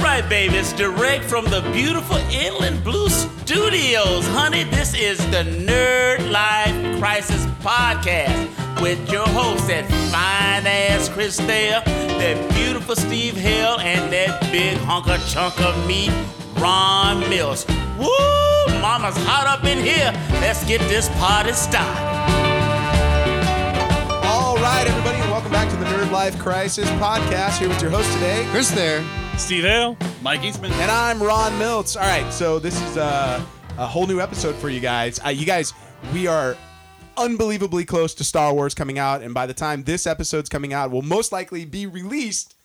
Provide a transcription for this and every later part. right, baby. It's direct from the beautiful Inland Blue Studios. Honey, this is the Nerd Life Crisis Podcast with your hosts, that fine ass Chris Thayer, that beautiful Steve Hill, and that big hunker chunk of meat, Ron Mills. Woo! Mama's hot up in here. Let's get this party started. All right, everybody, and welcome back to the Nerd Life Crisis podcast. Here with your host today, Chris there. Steve Hale, Mike Eastman. and I'm Ron Miltz. All right, so this is a, a whole new episode for you guys. Uh, you guys, we are unbelievably close to Star Wars coming out, and by the time this episode's coming out, will most likely be released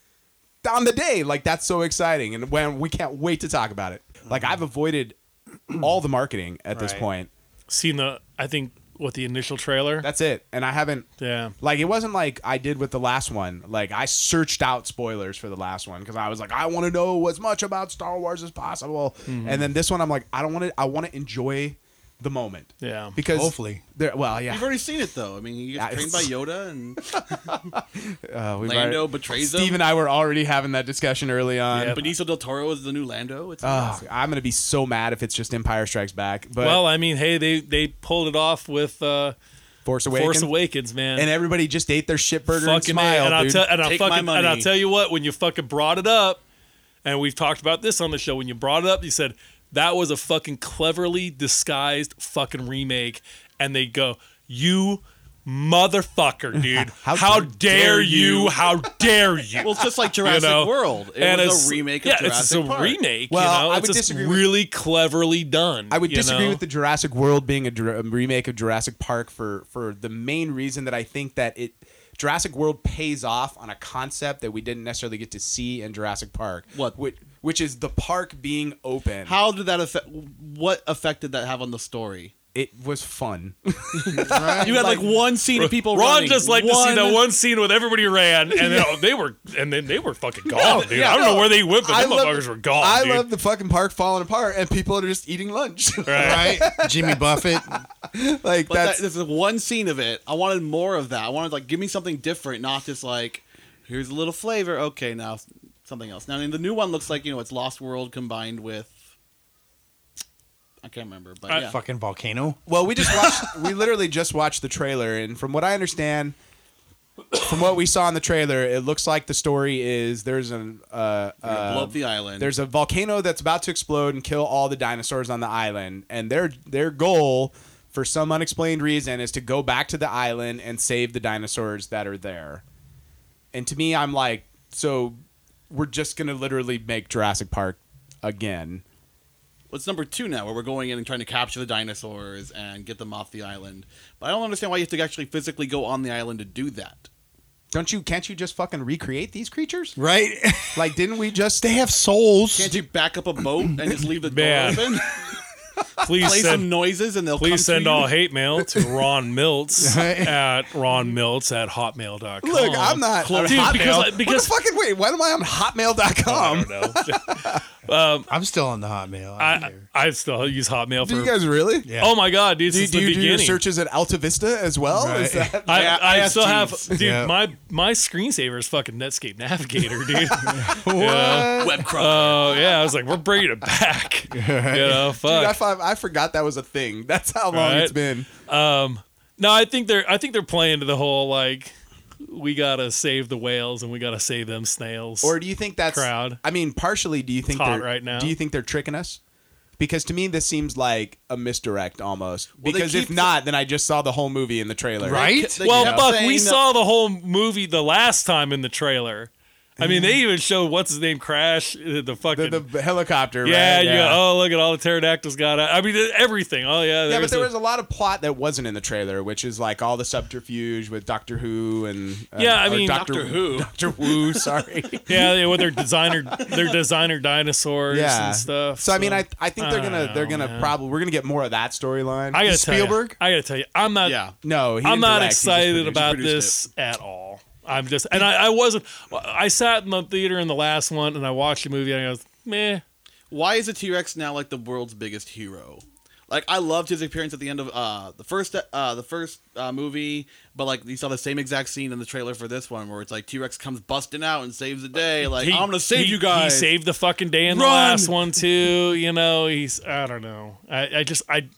on the day. Like that's so exciting, and when we can't wait to talk about it. Like I've avoided all the marketing at this Right. point. Seen the, I think, what the initial trailer. That's it, and I haven't yeah. Like it wasn't like I did with the last one. Like I searched out spoilers for the last one because I was like, I want to know as much about Star Wars as possible. Mm-hmm. And then this one, I'm like, I don't want to. I want to enjoy the moment. Yeah. Because Hopefully. there. Well, yeah. You've already seen it though. I mean, he Yeah, gets trained by it's- Yoda, and Uh, we've Lando already- betrays Steve him. and I were already having that discussion early on. Yeah. Benicio del Toro is the new Lando. Uh, It's Ugh, I'm gonna be so mad if it's just Empire Strikes Back. But well, I mean, hey, they they pulled it off with uh, Force Awakens. Force Awakens, man. and everybody just ate their shit burger and fucking A. smiled. and I'll dude. tell and I'll Take my fucking and I'll money. tell you what, when you fucking brought it up, and we've talked about this on the show, when you brought it up, you said that was a fucking cleverly disguised fucking remake, and they go, you. Motherfucker, dude! How How, dare dare, you? How dare you? well, it's just like Jurassic you know? World. It and was it's- a remake of yeah, Jurassic it's a Park. remake. Well, you know? I it's would just disagree with- really cleverly done. I would you disagree know? with the Jurassic World being a, Jura- a remake of Jurassic Park for for the main reason that I think that it Jurassic World pays off on a concept that we didn't necessarily get to see in Jurassic Park. What? Which, which is the park being open. How did that affect? What effect did that have on the story? it was fun. You had like, one scene of people. Uh, Ron running. just liked to see One- that one scene with everybody ran, and then they were and then they were fucking gone, dude. yeah, I don't no. know where they went, but I them love- motherfuckers were gone. I dude. love the fucking park falling apart and people are just eating lunch. Right. Right? Jimmy Buffett. like But that's that, this is one scene of it. I wanted more of that. I wanted like give me something different, not just like here's a little flavor. Okay, now s- something else. Now I mean, the new one looks like you know it's Lost World combined with. I can't remember, but I yeah. Fucking volcano. Well, we just watched. we literally just watched the trailer, and from what I understand, from what we saw in the trailer, it looks like the story is there's an uh, We're gonna uh, blow up the island. there's a volcano that's about to explode and kill all the dinosaurs on the island, and their their goal, for some unexplained reason, is to go back to the island and save the dinosaurs that are there. And to me, I'm like, so we're just gonna literally make Jurassic Park again. What's number two now, where we're going in and trying to capture the dinosaurs and get them off the island. But I don't understand why you have to actually physically go on the island to do that. Don't you? Can't you just fucking recreate these creatures? Right? Like, didn't we just? they have souls. Can't you back up a boat and just leave the Man. door open? Please Play some send noises and they'll come please to send you? all hate mail to Ron Miltz Right. at ronmiltz at hotmail.com. Look, I'm not- Dude, Hotmail. because What because the fucking wait? Why am I on I Hotmail.com? don't know. I'm still on the Hotmail. I, I, don't care. I still use Hotmail for. Do you guys really? Yeah. oh my god, dude! Do, Since do the you do your beginning, searches at Alta Vista as well? Is Right. that, I, Yeah, I, ISGs. still have, dude. Yeah. My my screensaver is fucking Netscape Navigator, dude. what? Web crawl. Oh yeah, I was like, we're bringing it back. you know, dude, I, fuck. fi- I forgot that was a thing. That's how long Right. it's been. no, I think they're I think they're playing to the whole like we gotta save the whales and we gotta save them snails. Or do you think that's Crowd. I mean, partially. Do you think hot they're right now. Do you think they're tricking us? Because to me, this seems like a misdirect almost. Well, they because if keep- not, then I just saw the whole movie in the trailer. right? They well, kept fuck, saying we that- saw the whole movie the last time in the trailer. I mean, they even showed what's his name crash uh, the fucking. Mm. The, the helicopter. yeah, right? you go, oh look at all the pterodactyls got out. I mean everything. Oh yeah, Yeah, but there a- was a lot of plot that wasn't in the trailer, which is like all the subterfuge with Doctor Who and uh, Yeah, or I mean- Doctor, Doctor Who. Doctor Who, sorry. yeah, they- with their designer, their designer dinosaurs yeah, and stuff. So I mean, I I think they're gonna they're Oh, gonna man. probably we're gonna get more of that storyline. I gotta Spielberg? Tell you, I gotta tell you, I'm not. yeah. no, he I'm didn't not direct, he just excited produced. about produced this at all. I'm just, and I, I wasn't. I sat in the theater in the last one, and I watched the movie, and I goes, meh. Why is a T Rex now like the world's biggest hero? Like I loved his appearance at the end of uh, the first uh, the first uh, movie, but like you saw the same exact scene in the trailer for this one where it's like T Rex comes busting out and saves the day. Like He- I'm gonna save he- you guys. He saved the fucking day in the Run! last one too. You know, he's I don't know. I, I just I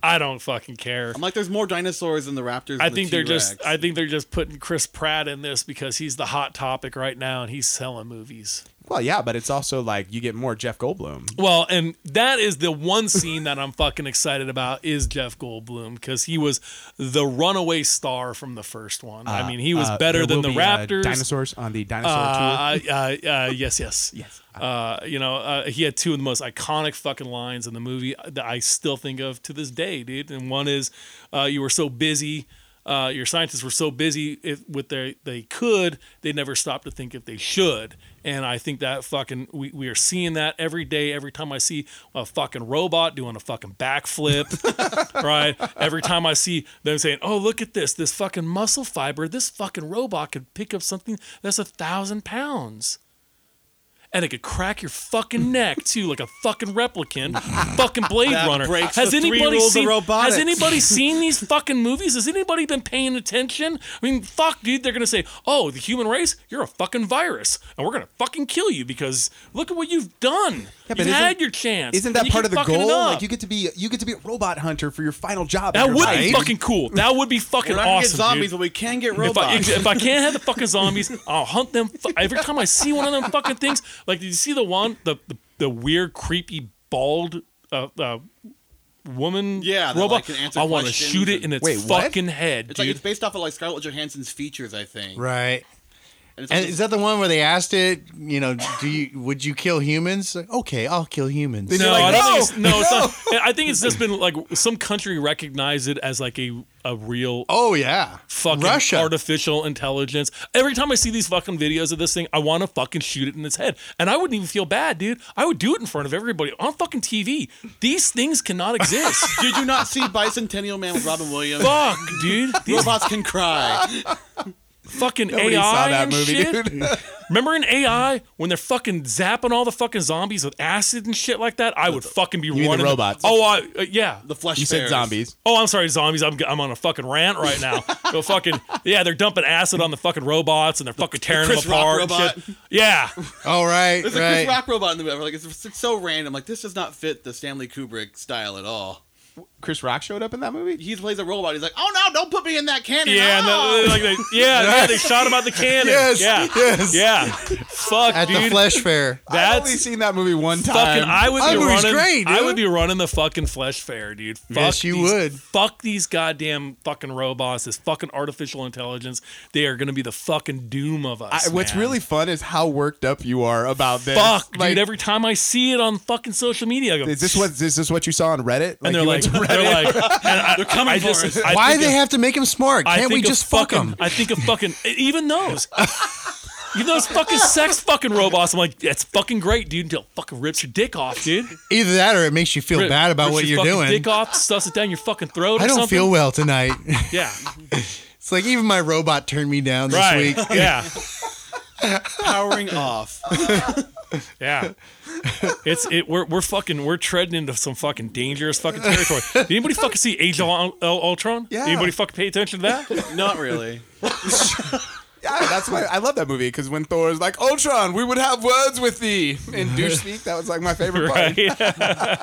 I don't fucking care. I'm like, there's more dinosaurs than the raptors. I and the think they're T-Rex. just I think they're just putting Chris Pratt in this because he's the hot topic right now and he's selling movies. Well, yeah, but it's also like you get more Jeff Goldblum. Well, and that is the one scene that I'm fucking excited about is Jeff Goldblum because he was the runaway star from the first one. I mean, he was Uh, better there than will the be, uh, Raptors. dinosaurs on the dinosaur tour. Uh, uh, uh, yes, yes, Yes. Uh, you know, uh, he had two of the most iconic fucking lines in the movie that I still think of to this day, dude. And one is, uh, "You were so busy, uh, your scientists were so busy if, with their they could, they never stopped to think if they should." And I think that fucking we, we are seeing that every day. Every time I see a fucking robot doing a fucking backflip, right? Every time I see them saying, "Oh, look at this! This fucking muscle fiber. This fucking robot could pick up something that's a thousand pounds, and it could crack your fucking neck too, like a fucking replicant, fucking Blade That Runner." breaks Has the three anybody rules of seen? robotics. Has anybody seen these fucking movies? Has anybody been paying attention? I mean, fuck, dude. They're gonna say, "Oh, the human race, you're a fucking virus, and we're gonna fucking kill you because look at what you've done. but you've isn't- had your chance. Isn't and that you part keep of the fucking it goal? up. Like you get to be you get to be a robot hunter for your final job. in That your would life. be fucking cool. That would be fucking We're not gonna awesome. get zombies, dude. but we can get If I, robots. if I can't have the fucking zombies, I'll hunt them. Fu- Every time I see one of them fucking things, like did you see the one, the the, the weird, creepy, bald uh, uh, woman Yeah, that, like, robot? can answer I want to questions shoot it and- in its Wait, what? fucking head, it's dude. like it's based off of like Scarlett Johansson's features, I think. Right. And it's And like- is that the one where they asked it, you know, do you would you kill humans? Like, okay, I'll kill humans. no, like, I don't "No, think it's, no, it's not. I think it's just been like some country recognized it as like a a real Oh yeah. fucking Russia. artificial intelligence. Every time I see these fucking videos of this thing, I want to fucking shoot it in its head. And I wouldn't even feel bad, dude. I would do it in front of everybody on fucking TV. These things cannot exist. Did you not see Bicentennial Man with Robin Williams? Fuck, dude. These Robots can cry. fucking Nobody AI saw that and movie, shit. dude. Remember in AI when they're fucking zapping all the fucking zombies with acid and shit like that? I would fucking be mean the running. robots? Oh, I uh, yeah. The flesh. You said bears. zombies. Oh, I'm sorry, zombies. I'm, I'm on a fucking rant right now. Go fucking yeah, they're dumping acid on the fucking robots and they're fucking tearing Chris them apart. Rock and robot. shit. Yeah, All right, There's a right. Chris Rock robot in the movie. Like it's, it's so random. Like this does not fit the Stanley Kubrick style at all. Chris Rock showed up in that movie. He plays a robot. He's like, oh no, don't put me in that cannon. yeah, and oh. the, like they, yeah, yeah. They shot him out the cannon. Yes, yeah, yes. yeah. Fuck, At the dude. flesh fair. I've only That's seen that movie one time. fucking. I would That be movie's running. great, I dude. would be running the fucking flesh fair, dude. Fuck Yes, you these- would. Fuck these goddamn fucking robots. This fucking artificial intelligence. They are gonna be the fucking doom of us. I- what's man. really fun is how worked up you are about this. fuck, Like, dude. Every time I see it on fucking social media, I go, is this what is this what you saw on Reddit? and they're you went like, to- they're like, and I, they're coming I for just, us. I Why think they of- have to make him smart? I Can't we think of just fuck fucking- him? I think of fucking even those. Even those fucking sex fucking robots. I'm like, that's fucking great, dude. Until it fucking rips your dick off, dude. Either that or it makes you feel Rip- bad about rips what your you're fucking doing. Dick off, stuffs it down your fucking throat. I or don't something. feel well tonight. Yeah, it's like even my robot turned me down this right. week. Yeah, Ah. powering off. yeah. It's it. We're we're fucking we're treading into some fucking dangerous fucking territory. Did anybody fucking see Age of Ul- Ul- Ultron? Yeah. Anybody fucking pay attention to that? Not really. yeah, that's why I love that movie because when Thor is like, Ultron, we would have words with thee in douche speak. That was like my favorite part. Right.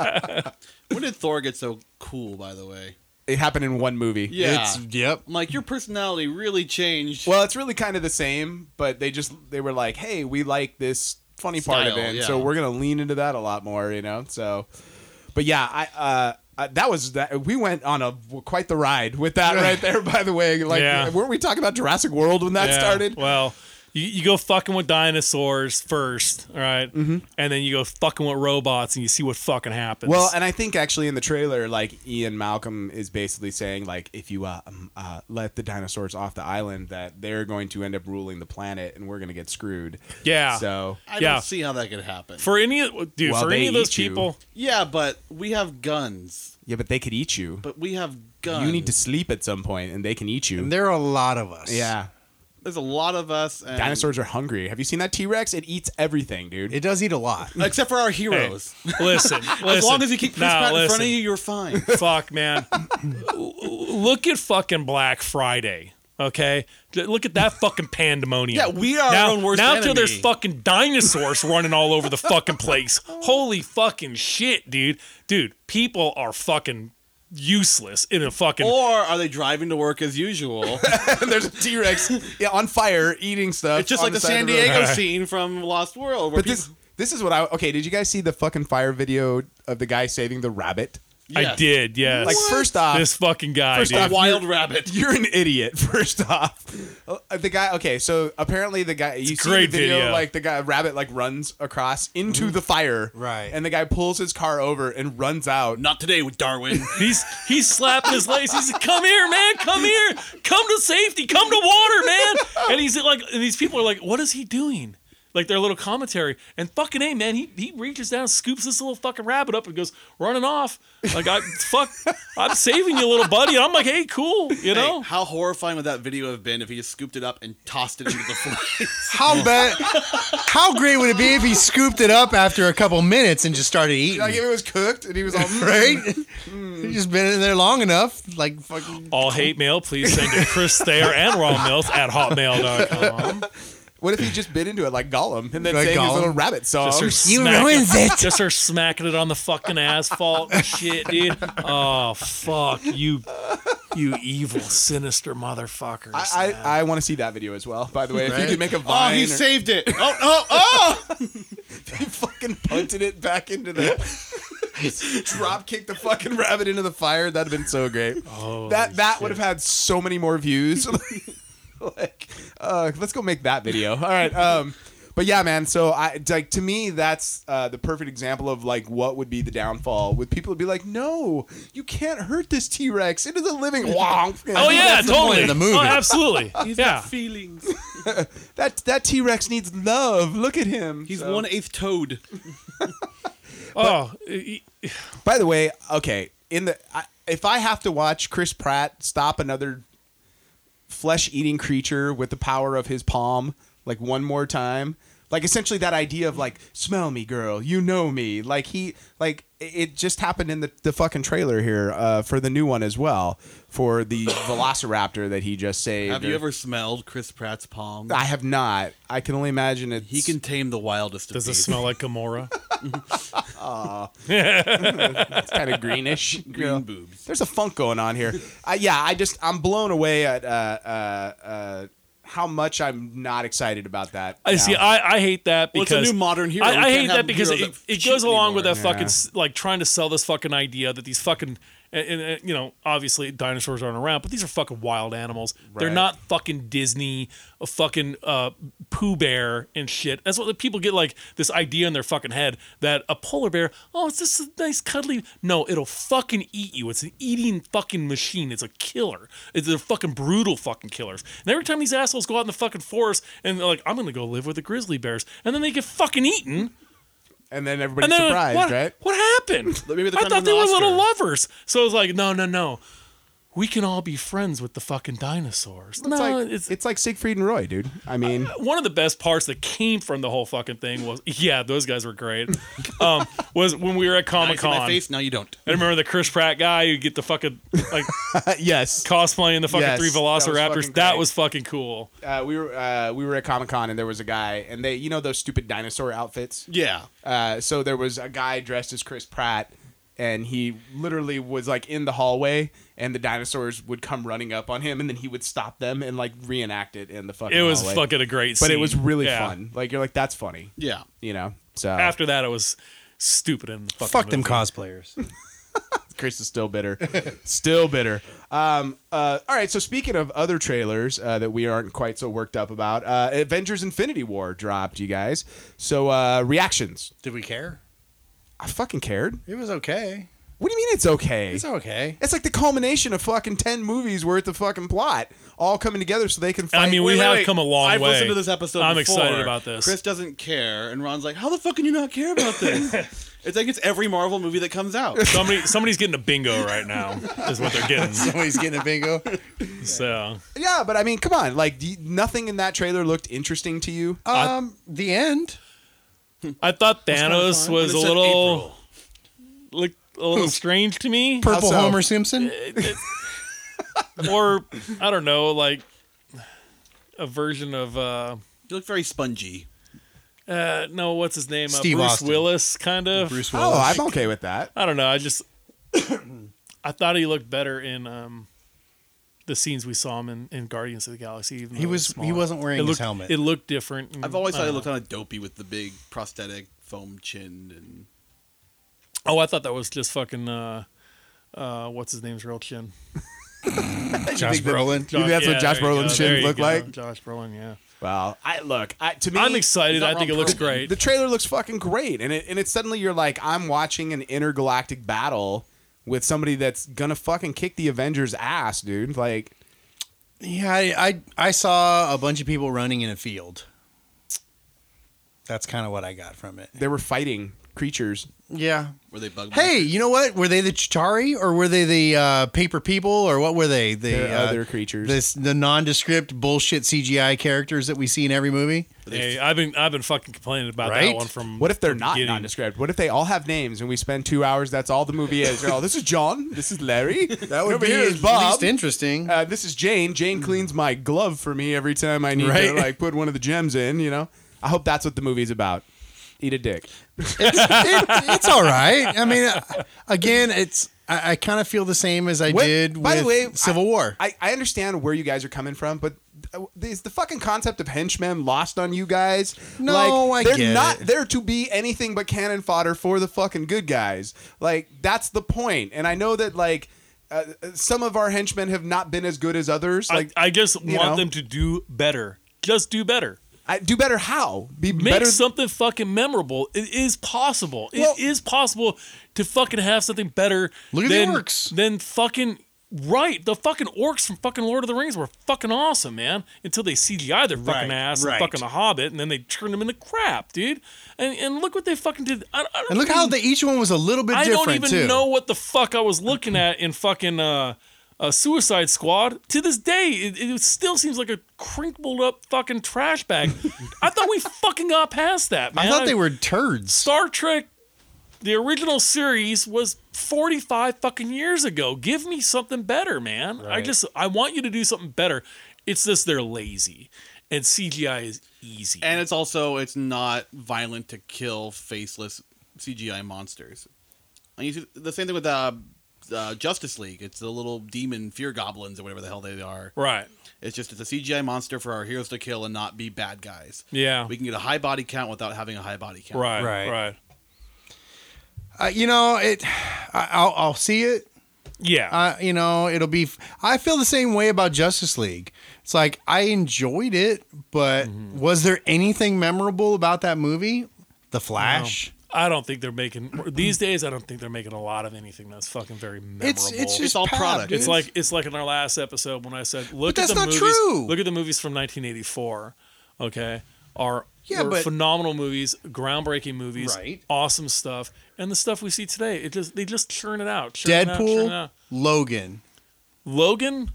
When did Thor get so cool? By the way, It happened in one movie. Yeah. It's yep. I'm like your personality really changed. Well, it's really kind of the same, but they just they were like, hey, we like this funny part of Style, it, yeah. so we're gonna lean into that a lot more, you know. So, but yeah, I. uh uh, that was that we went on a quite the ride with that right there. By the way, like Yeah. weren't we talking about Jurassic World when that Yeah, started? Well, you, you go fucking with dinosaurs first, all right? Mm-hmm. and then you go fucking with robots, and you see what fucking happens. Well, and I think actually in the trailer, like Ian Malcolm is basically saying, like, if you uh, um, uh, let the dinosaurs off the island, that they're going to end up ruling the planet, and we're going to get screwed. yeah, So I yeah. don't see how that could happen. for any of dude, Well, for any they of those eat you. people, yeah, but we have guns. yeah, but they could eat you. But we have guns. You need to sleep at some point, and they can eat you. There are a lot of us. yeah, there's a lot of us. And Dinosaurs are hungry. Have you seen that T Rex? It eats everything, dude. It does eat a lot. except for our heroes. Listen, as long as you keep Chris Pratt in front of you, you're fine. Fuck, man. look at fucking Black Friday. Okay, J- look at that fucking pandemonium. Yeah, we are our now, own worst Now till enemy. there's fucking dinosaurs running all over the fucking place. Holy fucking shit, dude! Dude, people are fucking useless in a fucking. or are they driving to work as usual? And there's a T Rex yeah, on fire eating stuff. It's just on like the, side San of road. Diego scene from Lost World. Where But this this is what I okay. Did you guys see the fucking fire video of the guy saving the rabbit? people, I Yes. did, yes. Like first off, this fucking guy. First dude. off, Wild you're- rabbit. You're an idiot. First off, Uh, the guy. Okay, so apparently the guy. You see great the video, video. Like the guy rabbit like runs across into the fire. Right. And the guy pulls his car over and runs out. Not today with Darwin. He's he's slapping his legs. He's like, "Come here, man! Come here! Come to safety! Come to water, man!" And he's like, and these people are like, "What is he doing?" Like their little commentary. And fucking a man, he he reaches down, scoops this little fucking rabbit up, and goes running off. Like I fuck, I'm saving you, little buddy. And I'm like, "Hey, cool, you Hey, know." how horrifying would that video have been if he just scooped it up and tossed it into the floor? How bad? How great would it be if he scooped it up after a couple minutes and just started eating? Like if it was cooked and he was all hmm. right? He's just been in there long enough, like fucking. All hate mail, please send to Chris Thayer and Raw Mills at hotmail.com. What if he just bit into it like Gollum and then Like sang his Gollum? little rabbit song? Just her Um, You smacking- ruins it. Just her smacking it on the fucking asphalt and shit, dude. Oh fuck you, you evil, sinister motherfuckers. I, I, I want to see that video as well. By the way, if you Right? could make a oh, vine, he or- saved it. Oh, oh, oh! he fucking punted it back into the drop kicked the fucking rabbit into the fire. That'd have been so great. that that would have had so many more views. like, uh, let's go make that video. All right. Um, but yeah, man. So I like to me that's uh, the perfect example of like what would be the downfall with people would be like, no, you can't hurt this T Rex. It is a living wonk. oh yeah, that's the point totally. of the movie. Oh, absolutely. He's yeah. got feelings. that that T Rex needs love. Look at him. He's So- one eighth toad. oh, e- e- By the way, okay, in the I, if I have to watch Chris Pratt stop another flesh-eating creature with the power of his palm like one more time, like essentially that idea of like smell me girl, you know me, like he like it- it just happened in the, the fucking trailer here uh, for the new one as well for the velociraptor that he just saved. Have you or- ever smelled Chris Pratt's palm? I have not. I can only imagine it. He can tame the wildest of does it beasts. smell like Gamora? kind of greenish. Green Yeah. boobs. There's a funk going on here. Uh, yeah, I just I'm blown away at uh, uh, uh, how much I'm not excited about that. I see. now. I, I hate that Well, because it's a new modern hero. I, We I can't hate have that because heroes it, that it cheat goes along with that anymore. fucking s- like trying to sell this fucking idea that these fucking and, and, and, you know obviously dinosaurs aren't around, but these are fucking wild animals. They're Right. not fucking Disney, a fucking uh, Pooh Bear and shit. That's what the people get like this idea in their fucking head that a polar bear, oh, it's just a nice cuddly. No, it'll fucking eat you. It's an eating fucking machine. It's a killer. It's a fucking brutal fucking killers. And every time these assholes go out in the fucking forest and they're like, I'm gonna go live with the grizzly bears, and then they get fucking eaten. and then everybody's And then surprised, what, right? What happened? Maybe they're I trying thought to they win were an little Oscar. lovers. So it was like, no, no, no. We can all be friends with the fucking dinosaurs. It's no, like it's, it's, like Siegfried and Roy, dude. I mean, one of the best parts that came from the whole fucking thing was, yeah, those guys were great. um, was when we were at Now you Comic see Con. my I face. Now you don't. remember the Chris Pratt guy who get the fucking like yes. cosplaying the fucking Yes, three that was Velociraptors. fucking that great. was fucking cool. Uh, we were uh, we were at Comic Con and there was a guy and they you know those stupid dinosaur outfits. Yeah. Uh, so there was a guy dressed as Chris Pratt, and he literally was like in the hallway, and the dinosaurs would come running up on him, and then he would stop them and like reenact it in the fucking. It was hallway. fucking a great but scene. it was really Yeah. fun. Like you're like that's funny, Yeah. you know. So After that, it was stupid and fucking Fuck them movie. cosplayers. Chris is still bitter, still bitter. Um, uh, all right. So speaking of other trailers uh, that we aren't quite so worked up about, uh, Avengers: Infinity War dropped, you guys. So uh, reactions. Did we care? I fucking cared. It was okay. What do you mean it's okay? It's okay. It's like the culmination of fucking ten movies worth of fucking plot all coming together so they can. Fight. I mean, we Wait, wait, have wait. come a long I've way. listened to this episode. I'm before. excited about this. Chris doesn't care, and Ron's like, "How the fuck can you not care about this?" It's like it's every Marvel movie that comes out. Somebody, somebody's getting a bingo right now. Is what they're getting. Somebody's getting a bingo. So Yeah, but I mean, come on. Like, do you- nothing in that trailer looked interesting to you. Um, the end. I thought kinda Thanos fun. was But a it said little, April. look a little strange to me. Purple so? Homer Simpson. or I don't know, like a version of uh, You look very spongy. uh no, what's his name? Steve uh, Bruce Austin. Willis, kind of. Bruce oh, Willis. I'm okay with that. I don't know. I just I thought he looked better in um the scenes we saw him in, in Guardians of the Galaxy. Even though he it was smaller. he wasn't It wearing looked his helmet. It looked different. and, I've always thought uh, he looked kind of dopey with the big prosthetic foam chin and Oh, I thought that was just fucking. uh uh, what's his name's real chin? Josh think that- Brolin. You think that's what yeah, Josh there you Brolin's go, chin there you looked go. like? Josh Brolin, yeah. Well, I look. I, to me, I'm excited. I think it looks great. The trailer looks fucking great, and it and it's suddenly you're like, I'm watching an intergalactic battle with somebody that's gonna fucking kick the Avengers' ass, dude. Like, Yeah, I, I I saw a bunch of people running in a field. That's kind of what I got from it. they were fighting creatures. Yeah. were they bug? Hey, you know what? Were they the Chitari or were they the uh, paper people or what were they? The They're uh, other creatures. This the nondescript bullshit CGI characters that we see in every movie. Hey, I've been I've been fucking complaining about Right? that one from. What if they're not Beginning. nondescript? What if they all have names and we spend two hours? That's all the movie is. They're all, this is John. This is Larry. That over here is Bob. least interesting. uh, this is Jane. Jane cleans my glove for me every time I need Right. to like put one of the gems in. You know, I hope that's what the movie's about. Eat a dick. it, it's all right. I mean, uh, again, it's I, I kind of feel the same as I What- did by with the way, Civil I- War. I, I understand where you guys are coming from, but th- is the fucking concept of henchmen lost on you guys? No, I they're get not it. there to be anything but cannon fodder for the fucking good guys. Like that's the point. And I know that like uh, some of our henchmen have not been as good as others. I, Like I just want you know? them to do better. Just do better. I, do better how? Be Make better something fucking memorable. It is possible. Well- it is possible to fucking have something better. Look at the than, orcs. Than fucking right. The fucking orcs from fucking Lord of the Rings were fucking awesome, man. Until they CGI their fucking Right, ass right. and fucking the Hobbit, and then they turned them into crap, dude. And and look what they fucking did. I, I don't and look even- how the, each one was a little bit I different don't even too. know what the fuck I was looking at in fucking uh, uh, Suicide Squad. To this day, it, it still seems like a crinkled up fucking trash bag. I thought we fucking got past that, man. I thought they were turds. Star Trek. The original series was 45 fucking years ago. Give me something better, man. I just I want you to do something better. It's just they're lazy, and CGI is easy. And it's also it's not violent to kill faceless CGI monsters. And you see the same thing with uh, uh, Justice League. It's the little demon fear goblins or whatever the hell they are. right? It's just it's a CGI monster for our heroes to kill and not be bad guys. Yeah. We can get a high body count without having a high body count. Right. Right. Right. Right. Uh, you know, it. I, I'll, I'll see it. Yeah. Uh, you know, it'll be. I feel the same way about Justice League. It's like I enjoyed it, but Mm-hmm. was there anything memorable about that movie? The Flash. I don't think they're making these days. I don't think they're making a lot of anything that's fucking very memorable. It's it's just It's all pop, product. dude. It's like it's like in our last episode when I said look that's at the not movies. true. Look at the movies from 1984. Okay, are Yeah, but- phenomenal movies, groundbreaking movies, Right. awesome stuff, and the stuff we see today. It just they just churn it out. Churn It out, churn Deadpool, it out. Logan. Logan,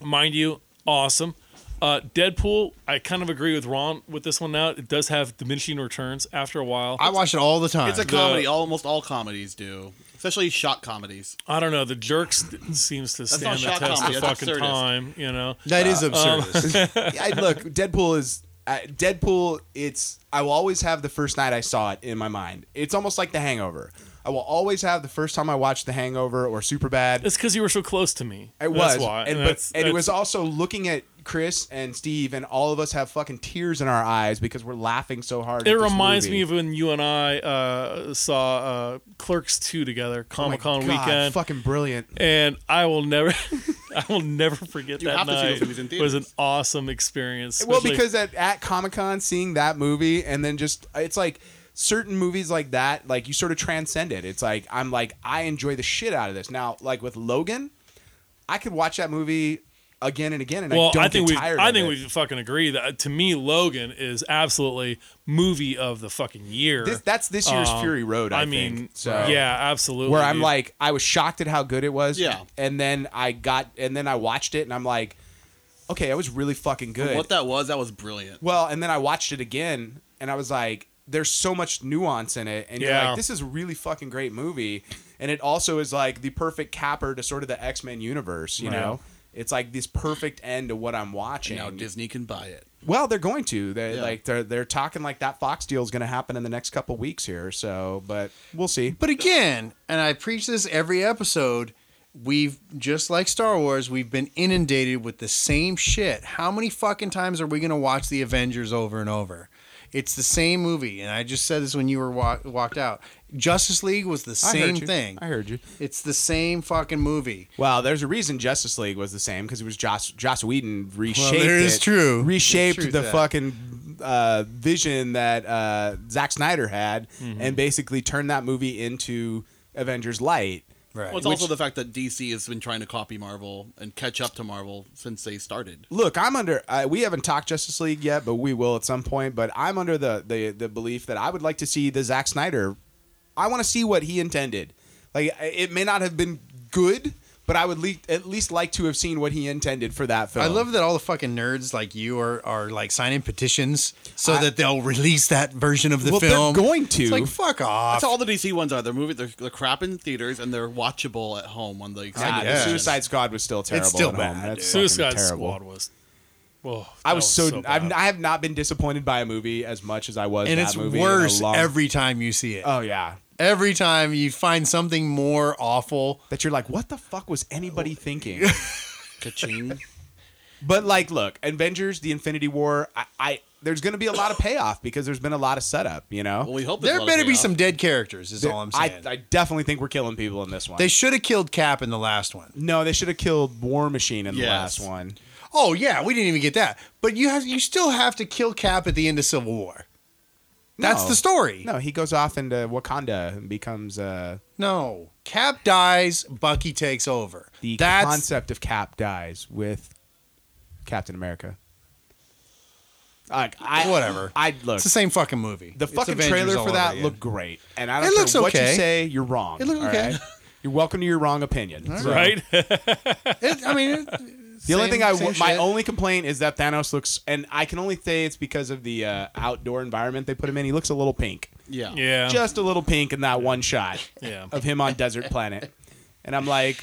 mind you, awesome. Uh, Deadpool, I kind of agree with Ron with this one now. It does have diminishing returns after a while. I watch it all the time. It's a comedy. Almost all comedies do, especially shock comedies. I don't know. The jerks seems to stand the not shock test comedy, of that's fucking absurdist. time. You know. that is uh, absurdist. I, look, Deadpool is uh, Deadpool. It's I will always have the first night I saw it in my mind. It's almost like The Hangover. I will always have the first time I watched The Hangover or Superbad. It's because you were so close to me. It was, That's why. and, but, that's- and it that's- was also looking at Chris and Steve, and all of us have fucking tears in our eyes because we're laughing so hard. It at this reminds movie. me of when you and I uh, saw uh, Clerks Two together, Oh my Comic Con God, weekend, Fucking brilliant. and I will never, I will never forget You that have to see night. those movies in It was an theaters. awesome experience. Well, especially- because at, at Comic Con, seeing that movie, and then just it's like certain movies like that, like you sort of transcend it. It's like I'm like I enjoy the shit out of this now. Like with Logan, I could watch that movie again and again, and well, I don't think get we, tired. I of think it. we fucking agree that to me, Logan is absolutely movie of the fucking year. This, that's this year's Um, Fury Road. I, I mean, think. so yeah, absolutely. where I'm dude. like, I was shocked at how good it was. Yeah. and then I got, and then I watched it, and I'm like, okay, that was really fucking good. What that was, that was brilliant. Well, and then I watched it again, and I was like, "There's so much nuance in it," and you're Yeah. like, "This is a really fucking great movie," and it also is like the perfect capper to sort of the X Men universe. You Right. know, it's like this perfect end to what I'm watching. Now Disney can buy it. well, they're going to. They Yeah. like they're they're talking like that Fox deal is going to happen in the next couple weeks here. So, but we'll see. But again, and I preach this every episode, we've just like Star Wars, we've been inundated with the same shit. How many fucking times are we going to watch the Avengers over and over? It's the same movie, and I just said this when you were wa- walked out. Justice League was the I heard same you. thing. I heard you. It's the same fucking movie. Well, there's a reason Justice League was the same because it was Joss Joss Whedon reshaped. there is it, true. Reshaped There's truth the to that. fucking uh, vision that uh, Zack Snyder had, Mm-hmm. and basically turned that movie into Avengers Light. Right. Well, it's also the fact that DC has been trying to copy Marvel and catch up to Marvel since they started. Look, I'm under. Uh, we haven't talked Justice League yet, but we will at some point. But I'm under the the, the belief that I would like to see the Zack Snyder. I want to see what he intended. Like I- it may not have been good, but I would le- at least like to have seen what he intended for that film. I love that all the fucking nerds like you are are like signing petitions so I- that they'll release that version of the Well, they're film. going to. It's like fuck off. That's all the DC ones are. They're movie, they're, they're crap in theaters, and they're watchable at home on the. God, Yeah. Suicide Squad was still terrible. still at home. bad, That's dude. fucking Suicide terrible. Squad was. Whoa, I that was, so, I've, bad. I have not been disappointed by a movie as much as I was. and that it's movie worse in a long, every time you see it. Oh yeah, every time you find something more awful. that you're like, what the fuck was anybody thinking? Ka-ching. but like, look, Avengers: The Infinity War. I, I there's going to be a lot of payoff because there's been a lot of setup. You know, Well, we hope there's a There lot of better be payoff. some dead characters, is all I'm I, saying. I definitely think we're killing people in this one. they should have killed Cap in the last one. no, they should have killed War Machine in Yes. the last one. Oh yeah, we didn't even get that. But you have you still have to kill Cap at the end of Civil War. That's No. the story. No, he goes off into Wakanda and becomes uh, No. Cap dies, Bucky takes over. the That's concept of Cap dies with Captain America. Like I Whatever. I look it's the same fucking movie. the It's fucking Avengers trailer all for over that again. looked great, and I don't It care looks what you okay. say. You're wrong. It looked all okay. right? You're welcome to your wrong opinion. So, right. It- I mean, it- The only same- thing I same my shit. only complaint is that Thanos looks, and I can only say it's because of the uh, outdoor environment they put him in. He looks a little pink, Yeah. yeah. just a little pink in that one shot yeah. of him on desert planet, and I'm like,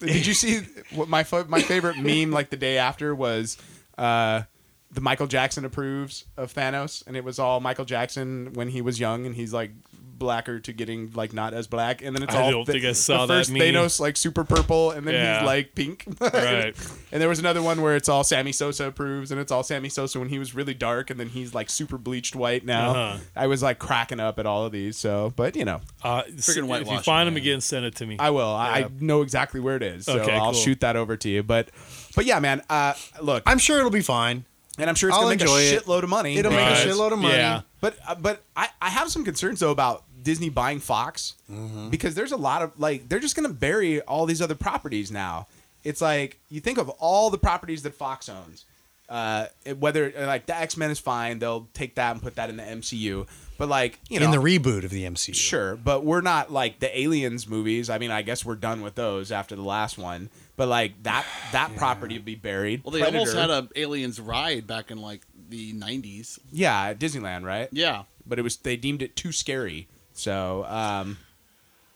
did you see what my fa- my favorite meme like the day after was uh, the Michael Jackson approves of Thanos, and it was all Michael Jackson when he was young, and he's like blacker to getting like not as black, and then it's I all don't Th- think I saw the that first meme. Thanos like super purple, and then Yeah. he's like pink. Right. And there was another one where it's all Sammy Sosa approves, and it's all Sammy Sosa when he was really dark, and then he's like super bleached white now. Uh-huh. I was like cracking up at all of these. So, but you know, Uh, s- if you whitewashing, find them man. again, send it to me. I will. I Yeah. I know exactly where it is, so Okay, I'll cool. shoot that over to you. But, but yeah, man. Uh, look, I'm sure it'll be fine. and I'm sure it's I'll gonna make a enjoy it. shitload of money. It'll make Right. a shitload of money. Yeah. But uh, but I, I have some concerns though about Disney buying Fox Mm-hmm. because there's a lot of like they're just gonna bury all these other properties now. It's like you think of all the properties that Fox owns. Uh, it- whether like the X Men is fine, they'll take that and put that in the MCU. But like you know, in the reboot of the MCU. Sure, but we're not like the Aliens movies. I mean, I guess we're done with those after the last one. But like that that property would be buried. Well, they Predator- almost had a aliens ride back in like the '90s. yeah at Disneyland, right? Yeah. But it was they deemed it too scary. So um,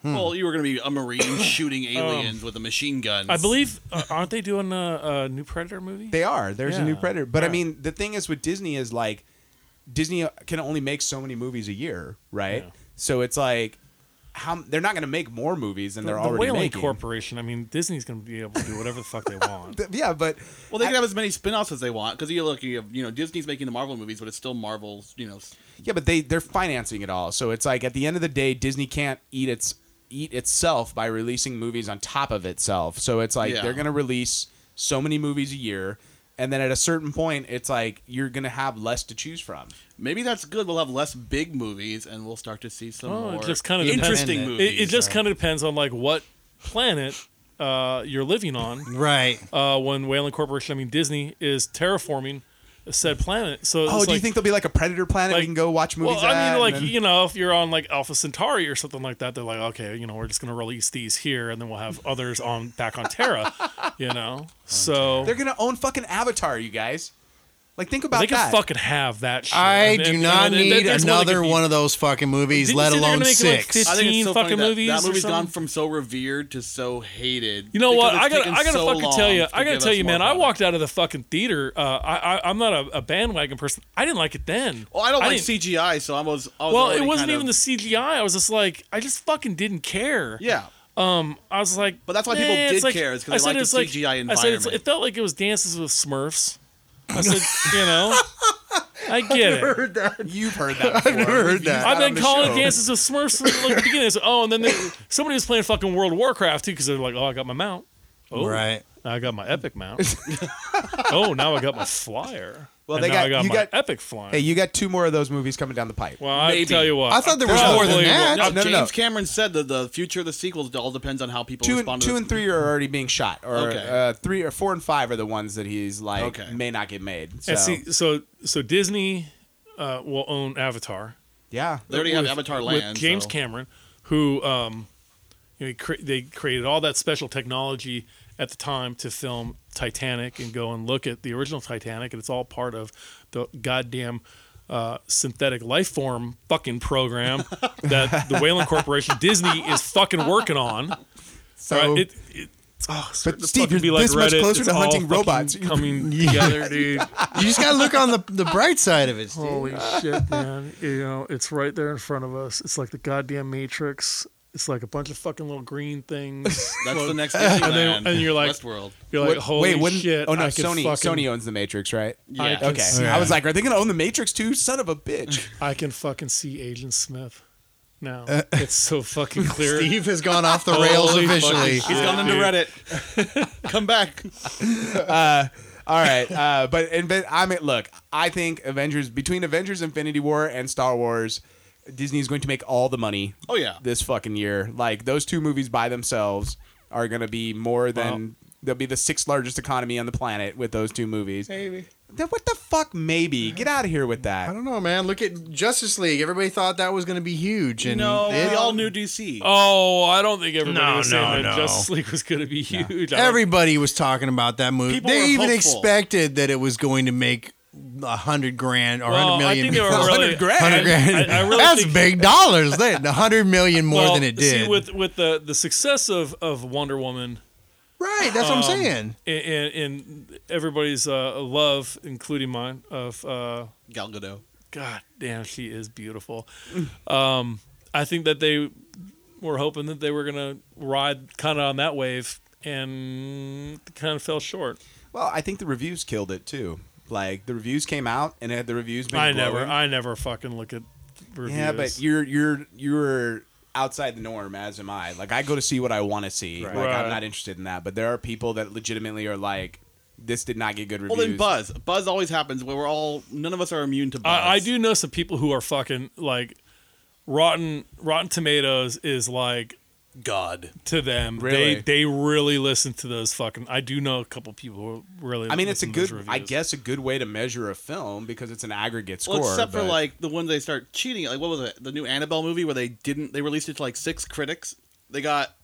Hmm. Well, you were going to be a marine shooting aliens with a machine gun. Oh. I believe uh, aren't they doing a, a new Predator movie? They are. There's a new Yeah. Predator. But I Yeah. mean, the thing is with Disney is like Disney can only make so many movies a year, right? Yeah. So it's like how they're not going to make more movies than the they're already Whaling making. Corporation. I mean, Disney's going to be able to do whatever the fuck they want. Th- yeah, but Well, they can have as many spin-offs as they want because you look, you have you know Disney's making the Marvel movies, but it's still Marvel's. You know, s- yeah, but they they're financing it all. So it's like at the end of the day, Disney can't eat its eat itself by releasing movies on top of itself. So it's like Yeah. they're going to release so many movies a year. And then at a certain point, it's like you're gonna have less to choose from. maybe that's good. We'll have less big movies, and we'll start to see some Well, Oh, it more just kind of interesting depends- movies. It, it just or- kind of depends on like what planet uh, you're living on Right. uh, when Wayland Corporation, I mean Disney, is terraforming said planet. So Oh, it's do you like- think there'll be like a Predator planet we like- can go watch movies Well, at? I mean, and like then- you know, if you're on like Alpha Centauri or something like that, they're like, okay, you know, we're just gonna release these here, and then we'll have others on back on Terra, you know. so they're gonna own fucking Avatar, you guys. Like, think about they can that. fucking have that. Shit. I And then- do and not then- and then need there's that another could one, be- of those fucking movies, Didn't let they say they're alone gonna make, like, six. 50 I think it's 15 so funny fucking that, movies That or movie's gone something? from so revered to so hated. You know what? because I it's gotta, taken I gotta so fucking tell long you, to I gotta give tell us you, more man. I product. walked out of the fucking theater. Uh, I, I, I'm not a, a bandwagon person. I didn't like it then. Well, I don't like didn't- CGI, so I was. I was Well, already it wasn't kind even of- the CGI. I was just like, I just fucking didn't care. Yeah, Um, I was like, But that's why people "Nah, did it's like, care, is 'cause I they said liked the it's CGI I said it's, environment. it felt like it was dances with Smurfs. I said, you know, I get it. You've heard that. Before. I've never heard that. I've been calling it dances with Smurfs from like, the beginning. I said, oh, and then they, somebody was playing fucking World of Warcraft too because they're like, oh, I got my mount. Oh, Right. Now I got my epic mount. oh, now I got my flyer. Well, And they now got- I got you my got- epic flyer. Hey, you got two more of those movies coming down the pipe. well, I Maybe. tell you what, I thought there was more Probably than that. no, no, no, James no. Cameron said that the future of the sequels all depends on how people two and, respond. to two the- and three are already being shot, or Okay. uh, three or four and five are the ones that he's like Okay. may not get made. So And see, so so Disney uh, will own Avatar. yeah, They already have with- Avatar with Land. James so. Cameron, who um, you know, he cre- they created all that special technology at the time to film Titanic and go and look at the original Titanic, and it's all part of the goddamn. Uh, synthetic life form fucking program that the Whalen Corporation Disney is fucking working on. so right? It, it, oh, it's starting to Steve, fucking you're this much closer It's to all hunting fucking robots. coming together, dude. You just gotta look on the, the bright side of it. Steve. Holy shit, man. You know, it's right there in front of us. It's like the goddamn Matrix. It's like a bunch of fucking little green things. That's the next And then- Disneyland. and you're like- Westworld. You're like, Wait, holy wait, wouldn't- shit. Oh no, I could Sony fucking, Sony owns the Matrix, right? I Yeah. can Okay, see- I was like, are they gonna own the Matrix too? Son of a bitch! I can fucking see Agent Smith now. it's so fucking clear. Uh, Steve has gone off the rails Holy officially. He's Yeah, gone into uh, dude. Reddit. Come back. All right, uh, but and, but I mean, look, I think Avengers between Avengers: Infinity War and Star Wars, Disney's going to make all the money. Oh, yeah. this fucking year. Like those two movies by themselves are going to be more than they'll be the sixth largest economy on the planet with those two movies. Maybe. Then What the fuck? Maybe get out of here with I that. don't know, man. Look at Justice League. Everybody thought that was gonna be huge, and No, it- we all knew DC. Oh, I don't think everybody No, was saying no, that no. Justice League was going to be huge. I don't- Everybody was talking about that movie. People were they even hopeful. expected that it was going to make a hundred grand or a well, hundred I million. think they were really. 100 grand. 100 grand. I, I really That's think, big dollars. That a hundred million more well, than it did. See, with, with the, the success of, of Wonder Woman. right. That's um, what I'm saying. and, and, and everybody's uh, love, including mine, of uh, Gal Gadot. God damn, she is beautiful. Mm. um, I think that they were hoping that they were gonna ride kind of on that wave, and kind of fell short. Well, I think the reviews killed it too. Like the reviews came out, and had the reviews been I never, glowing- I never fucking look at reviews. yeah, but you're you're you're outside the norm, as am I. Like I go to see what I want to see. Like Right. I'm not interested in that. But there are people that legitimately are like, this did not get good Well, reviews. then Buzz. Buzz always happens. Where we're all, none of us are immune to Buzz. I, I do know some people who are fucking like rotten. Rotten Tomatoes is like God. to them. Really? They they really listen to those fucking. I do know a couple people who really. I mean, it's a listen to those good, I reviews. guess, a good way to measure a film because it's an aggregate score. Well, except for but- like the ones they start cheating. Like what was it? The new Annabelle movie where they didn't. They released it to like six critics. They got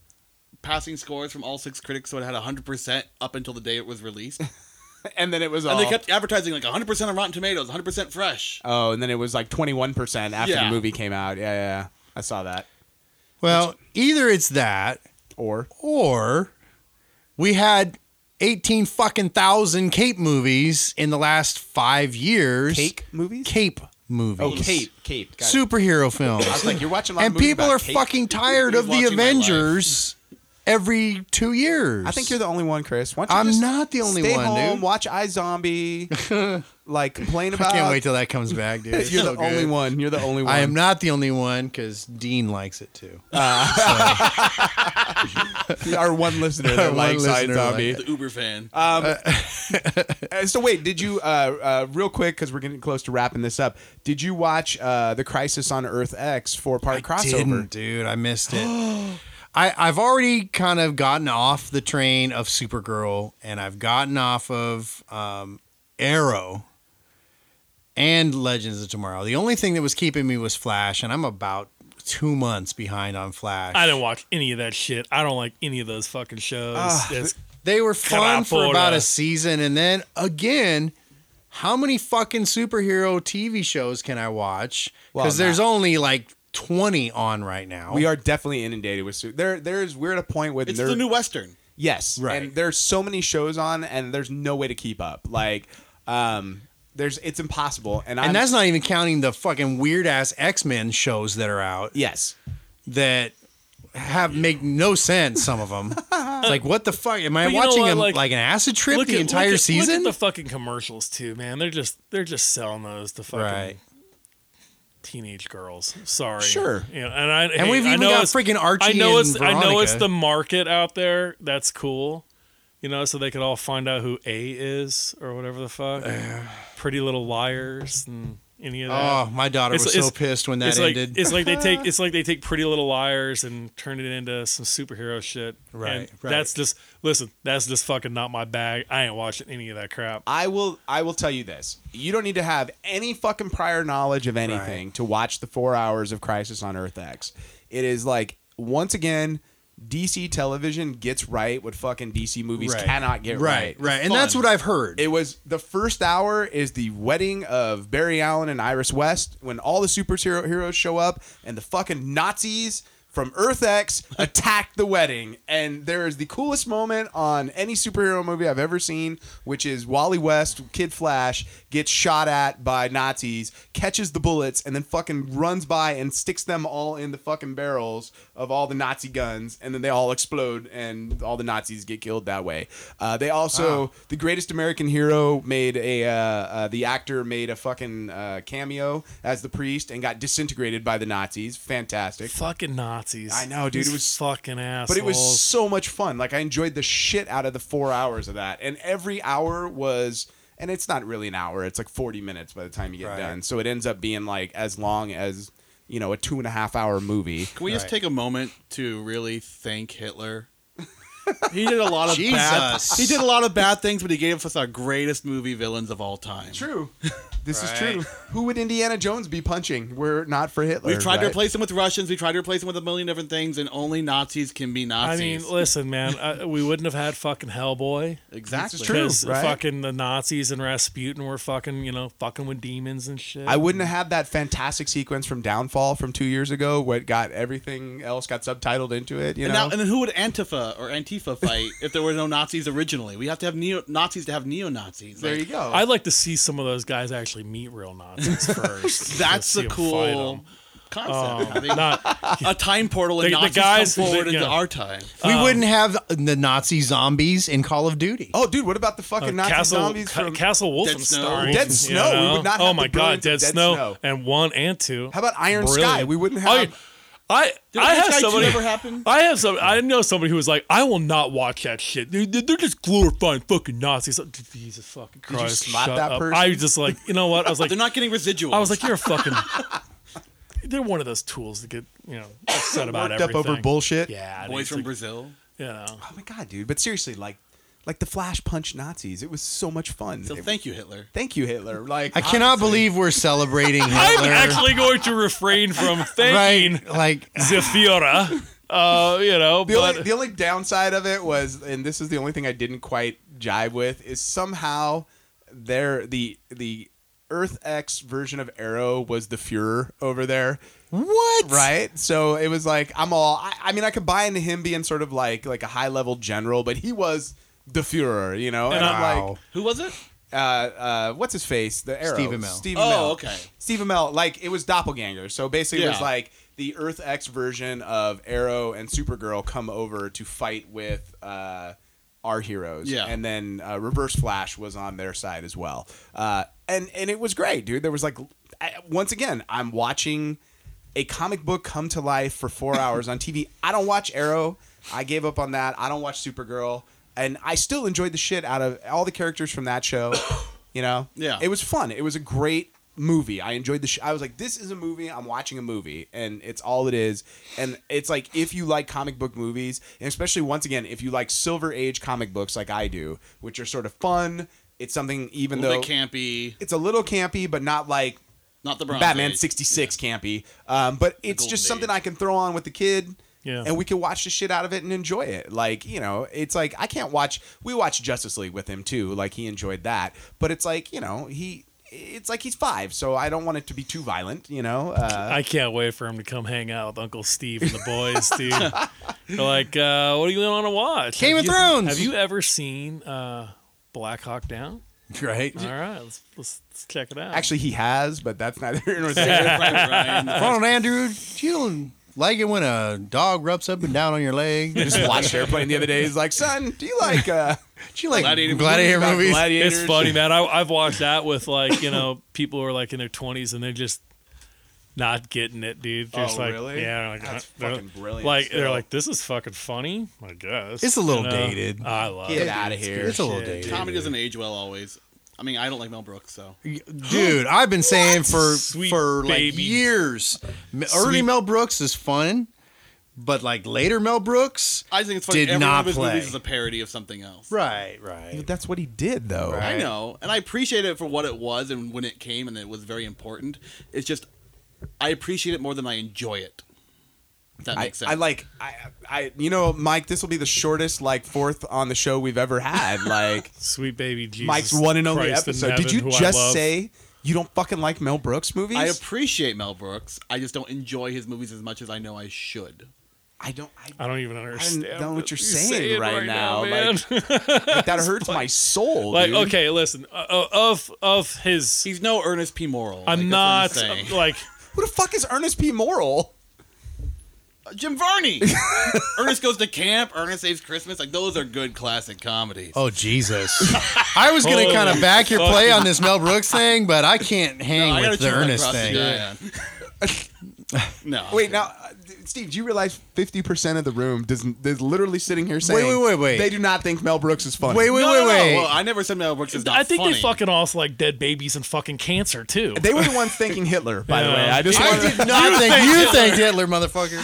passing scores from all six critics, so it had hundred percent up until the day it was released. and then it was And all. they kept advertising like hundred percent on Rotten Tomatoes, hundred percent fresh. oh, and then it was like twenty one percent after Yeah. the movie came out. Yeah, yeah, yeah. I saw that. Well, either it's that Or or we had eighteen fucking thousand Cape movies in the last five years. cake movies. Cape movies. Oh, Cape, Cape. Got it. Superhero I films. was like, you're watching. A lot of and movies people about are cake. fucking tired He's of the watching my life. Avengers every two years. I think you're the only one, Chris. Why don't you I'm just not the only stay one, home, dude. Watch iZombie. like complain about. I can't wait till that comes back, dude. It's You're so the only good. one. You're the only one. I am not the only one because Dean likes it too. our one listener Our that one likes listener iZombie. The Uber fan. Uh, so wait, did you uh, uh, real quick because we're getting close to wrapping this up? Did you watch uh, the Crisis on Earth X four part crossover? Didn't, dude. I missed it. I, I've already kind of gotten off the train of Supergirl and I've gotten off of um, Arrow and Legends of Tomorrow. The only thing that was keeping me was Flash, and I'm about two months behind on Flash. I didn't watch any of that shit. I don't like any of those fucking shows. Ah, It's- They were fun for Carafora. about a season, and then again, how many fucking superhero TV shows can I watch? Well, Because there's not- only like twenty on right now. We are definitely inundated with su- there. There is we're at a point where It's there, the new Western. yes, Right. And there's so many shows on, and there's no way to keep up. Like, um, there's it's impossible. And, I'm, and that's not even counting the fucking weird ass X Men shows that are out yes. that have make no sense. Some of them, like what the fuck? Am I But you know watching what, a, like, like- an acid trip the at- entire look at- season? Look at the fucking commercials too, man. They're just they're just selling those to fucking right. teenage girls. Sorry, Sure. You know, and I And hey, we've I even know got it's- freaking Archie I know and it's I know it's Veronica. the market out there. That's cool. You know, so they could all find out who A is or whatever the fuck. Pretty Little Liars and any of that. Oh, my daughter It's- was so it's- pissed when that it's like ended. it's like they take it's like they take Pretty Little Liars and turn it into some superhero shit. Right, And right. That's just listen. That's just fucking not my bag. I ain't watching any of that crap. I will I will tell you this. You don't need to have any fucking prior knowledge of anything to watch the 4 hours of Crisis on Earth X. It is like once again DC television gets right what fucking DC movies Right. cannot get right. right, right, and that's what I've heard. It was the first hour is the wedding of Barry Allen and Iris West when all the superhero heroes show up and the fucking Nazis from Earth X attack the wedding. And there is the coolest moment on any superhero movie I've ever seen, which is Wally West, Kid Flash, gets shot at by Nazis, catches the bullets, and then fucking runs by and sticks them all in the fucking barrels of all the Nazi guns. And then they all explode and all the Nazis get killed that way. Uh, they also, the greatest American hero made a, uh, uh, the actor made a fucking uh, cameo as the priest and got disintegrated by the Nazis. Fantastic. Fucking Nazis. I know, dude. These It was- fucking ass. But it was so much fun. Like I enjoyed the shit out of the four hours of that, and every hour was, and it's not really an hour. It's like forty minutes by the time you get Right. done. So it ends up being like as long as you know a two and a half hour movie. Can we just Right. take a moment to really thank Hitler? he did a lot of bad. Jesus. He did a lot of bad things, but he gave us our greatest movie villains of all time. True. This Right. is true. Who would Indiana Jones be punching? Were it not for Hitler. We've tried to right? replace him with Russians. We tried to replace him with a million different things, and only Nazis can be I Nazis. mean, listen, man. I, we wouldn't have had fucking Hellboy. exactly. True, Because right? fucking the Nazis and Rasputin were fucking, you know, fucking with demons and shit. I wouldn't have had that fantastic sequence from Downfall from two years ago. What got everything else got subtitled into it. You And, know. now, and then who would Antifa or Antifa fight if there were no Nazis originally? We have to have neo Nazis to have neo Nazis. there you go. I'd like to see some of those guys actually meet real Nazis first. That's to see a 'em fight cool 'em. concept. I think Not a time portal and The- the Nazis guys- come forward the- into yeah. our time. we um, wouldn't have the Nazi zombies in Call of Duty. oh, dude, what about the fucking Nazi Castle zombies Ca- from Castle Wolfenstein, Snow. Dead you Snow, we know? would not Oh have my the god, brilliance of Dead, Dead Snow, Snow. and one and two. How about Iron Brilliant. Sky? We wouldn't Oh, have. I Did I Iron have Sky two somebody. ever happen? I have some. I know somebody who was like, "I will not watch that shit. They, they- they're just glorifying fucking Nazis." Like, Jesus fucking you Christ! slap shut that up. person? I was just like, you know what? I was like, They're not getting residuals. I was like, "You're a fucking." they're one of those tools that get you know upset about Worked up everything. over bullshit. Yeah, dude, boys it's from like, Brazil. You know, Oh my god, dude! But seriously, like, like the flash punch Nazis. It was so much fun. So It- thank you, Hitler. thank you, Hitler. Like, I cannot honestly. believe we're celebrating Hitler. I'm actually going to refrain from thanking right, like Zephyra. Uh, you know, The but only, the only downside of it was, and this is the only thing I didn't quite jive with, is somehow there the the Earth X version of Arrow was the Fuhrer over there. what? right? So it was like I'm all. I, I mean, I could buy into him being sort of like like a high level general, but he was the Führer, you know. And, I'm Wow. like, Who was it? uh, uh, what's his face? The arrow. Steve Amell. Steve Amell. Oh, okay. Steve Amell. Like it was doppelganger. So basically, it was Yeah. like the Earth X version of Arrow and Supergirl come over to fight with. Uh, our heroes, Yeah. and then uh, Reverse Flash was on their side as well, uh, and and it was great, dude. There was like, I, once again, I'm watching a comic book come to life for four hours on TV. I don't watch Arrow. I gave up on that. I don't watch Supergirl, and I still enjoyed the shit out of all the characters from that show. You know, Yeah. it was fun. It was a great movie. I enjoyed the. Sh- I was like, this is a movie. I'm watching a movie, and it's all it is. And it's like if you like comic book movies, and especially once again, if you like Silver Age comic books like I do, which are sort of fun. It's something even Well, though they can't be it's a little campy, but not like not the Bronze Batman Age. '66 campy. Um, but it's Golden just something Age. I can throw on with the kid. Yeah. And we can watch the shit out of it and enjoy it. Like, you know, it's like I can't watch we watched Justice League with him too. Like he enjoyed that. But it's like, you know, he it's like he's five, so I don't want it to be too violent, you know. Uh, I can't wait for him to come hang out with Uncle Steve and the boys, dude. They're like, uh, what do you want to watch? Game Have of you- Thrones! Have you ever seen uh, Black Hawk Down? Right? All right, let's, let's, let's check it out. actually, he has, but that's neither here nor there. Private Ryan. Ronald Andrew, you don't like it when a dog rubs up and down on your leg. I just watched airplane the other day. He's like, son, do you like uh, Do you like Gladiator movies gladiator, about movies? gladiators? it's funny, man. I, I've watched that with like you know people who are like in their twenties and they're just not getting it, dude. They're Oh, just like, really? Yeah, like, That's they're- fucking brilliant Like they're still. like, this is fucking funny. I guess It's a little dated. I love Get it. out of here. It's a little dated. Comedy doesn't age well always. I mean, I don't like Mel Brooks, so Dude, I've been saying for Sweet for like baby. years. M- Early Sweet- Mel Brooks is fun, but like later Mel Brooks, I just think it's funny. Did Every one not of his play. movies is a parody of something else. right, right. That's what he did though. Right. I know, and I appreciate it for what it was and when it came, and it was very important. It's just, I appreciate it more than I enjoy it. If that I, makes sense. I like I, I you know Mike this will be the shortest like fourth on the show we've ever had like Sweet baby Jesus. Mike's one and only Christ in episode heaven, did you who I just love. say you don't fucking like Mel Brooks movies I appreciate Mel Brooks. I just don't enjoy his movies as much as I know I should. I don't I, I don't even understand. know what you're saying right now, man. like, that hurts my soul like, dude. okay, listen. Uh, of of his, He's no Ernest P. Morrill. I'm like, not uh, that's what I'm saying. like who the fuck is Ernest P Morrill Jim Varney. Ernest goes to camp. Ernest saves Christmas. Like those are good classic comedies. Oh Jesus! I was gonna Holy kind of back your play fucking- on this Mel Brooks thing, but I can't hang I gotta with the check my Ernest prostate thing. ion. no. wait now uh, Steve do you realize 50% of the room doesn't is literally sitting here saying wait, wait, wait. they do not think Mel Brooks is funny Wait, wait, No, wait, no, no. wait. Well, I never said Mel Brooks is not I think funny. they fucking also like dead babies and fucking cancer too. they were the ones thanking Hitler by the Yeah. way I just I wanted did not think you think Hitler, motherfucker.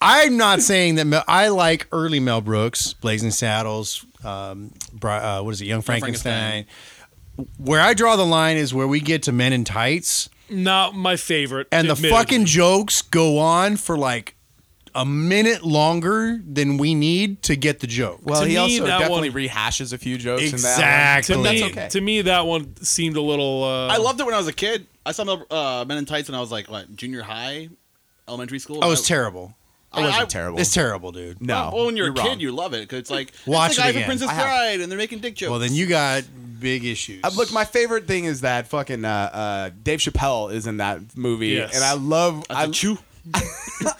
I'm not saying that Mel, I like early Mel Brooks, Blazing Saddles, um, Bri- uh, what is it, Young Frankenstein. Frankenstein. Where I draw the line is where we get to Men in Tights, Not my favorite. and the admittedly. fucking jokes go on for like a minute longer than we need to get the joke. well to he me, also that definitely one- rehashes a few jokes in that one. exactly. to me, that's okay. to me, that one seemed a little. Uh, I loved it when I was a kid. I saw Mel, uh, Men in Tights when I was like what junior high, elementary school. Oh, I- it's terrible. It wasn't I- I- terrible. It's terrible, dude. no. Well, when you're, a wrong. kid, you love it because it's like Watch it's it like I have again. a Princess I have- Bride, and they're making dick jokes. Well, then you got big issues. Uh, look, my favorite thing is that fucking uh, uh, Dave Chappelle is in that movie, Yes. and I love I, I, chew.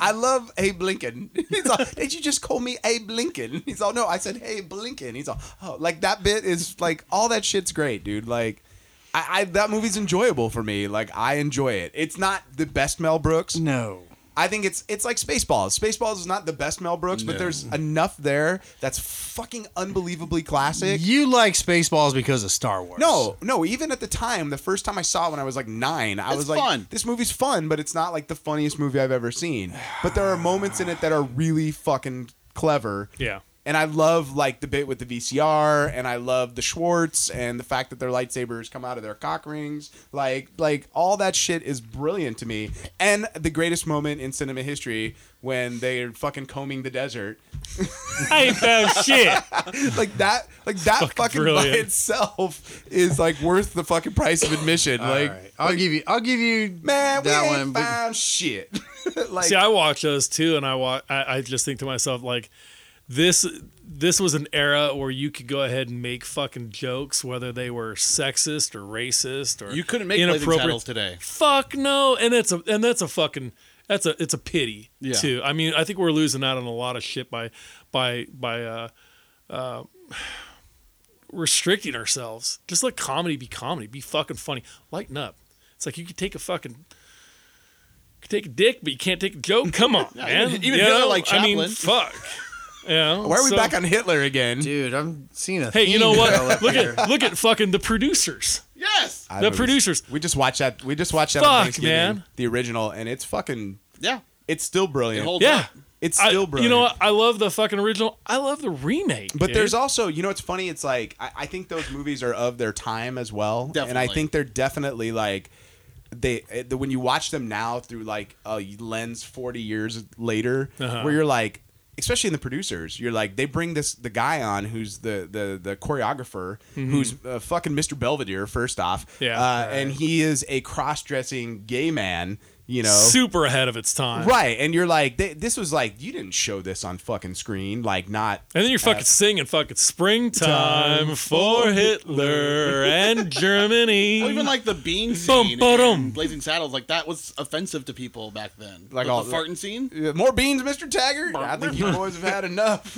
I love Abe Lincoln. He's all, did you just call me Abe Lincoln? He's all, no, I said Abe Lincoln. He's all, oh, like that bit is like all that shit's great, dude. Like, I, I that movie's enjoyable for me. Like, I enjoy it. It's not the best Mel Brooks. no. I think it's it's like Spaceballs. Spaceballs is not the best Mel Brooks, but No. there's enough there that's fucking unbelievably classic. You like Spaceballs because of Star Wars. No, no. Even at the time, the first time I saw it when I was like nine, I It's was like, fun. "This movie's fun," but it's not like the funniest movie I've ever seen. But there are moments in it that are really fucking clever. Yeah. And I love like the bit with the VCR, and I love the Schwartz, and the fact that their lightsabers come out of their cock rings. Like, like all that shit is brilliant to me. And the greatest moment in cinema history when they're fucking combing the desert, I ain't found shit. like that, like that fucking, brilliant. by itself is like worth the fucking price of admission. All like, right. I'll give you. I'll give you man, that we ain't one. but- found shit. like, See, I watch those too, and I watch. I, I just think to myself, like, this this was an era where you could go ahead and make fucking jokes, whether they were sexist or racist or You couldn't make blazing inappropriate. saddles today. Fuck no, and it's a and that's a fucking that's a it's a pity Yeah. too. I mean, I think we're losing out on a lot of shit by by by uh, uh, restricting ourselves. Just let comedy be comedy, be fucking funny. Lighten up. It's like you could take a fucking you could take a dick, but you can't take a joke. Come on, man. even- even You Hitler know? liked I mean, Chaplin. fuck. Yeah. why are we so- back on Hitler again? Dude, I'm seeing a. Hey, you know theme what? develop Look here. at look at fucking the producers. Yes. Yes. I The was- producers. We just watched that. We just watched that Fuck, on Thanksgiving, man. the original, and it's fucking. Yeah. It's still brilliant. It holds Yeah. up. it's I- still brilliant. You know what? I love the fucking original. I love the remake. But dude. there's also, you know, it's funny. It's like I, I think those movies are of their time as well, and I Definitely. think they're definitely like they eh, the, when you watch them now through like a lens 40 years later, Uh-huh. where you're like, especially in the producers, you're like they bring this the guy on who's the the the choreographer who's uh, fucking Mr. Belvedere first off, Mm-hmm. Yeah. uh, and he is a cross dressing gay man, you know, super ahead of its time. right, and you're like, they, this was like you didn't show this on fucking screen, like not And then you're fucking singing fucking springtime for Hitler and Germany. Well, even like the bean Bum, scene, ba-dum. in Blazing Saddles, like that was offensive to people back then. Like Like all- the farting scene. Yeah, Uh, More beans, Mr. Taggart. I think you boys have had enough.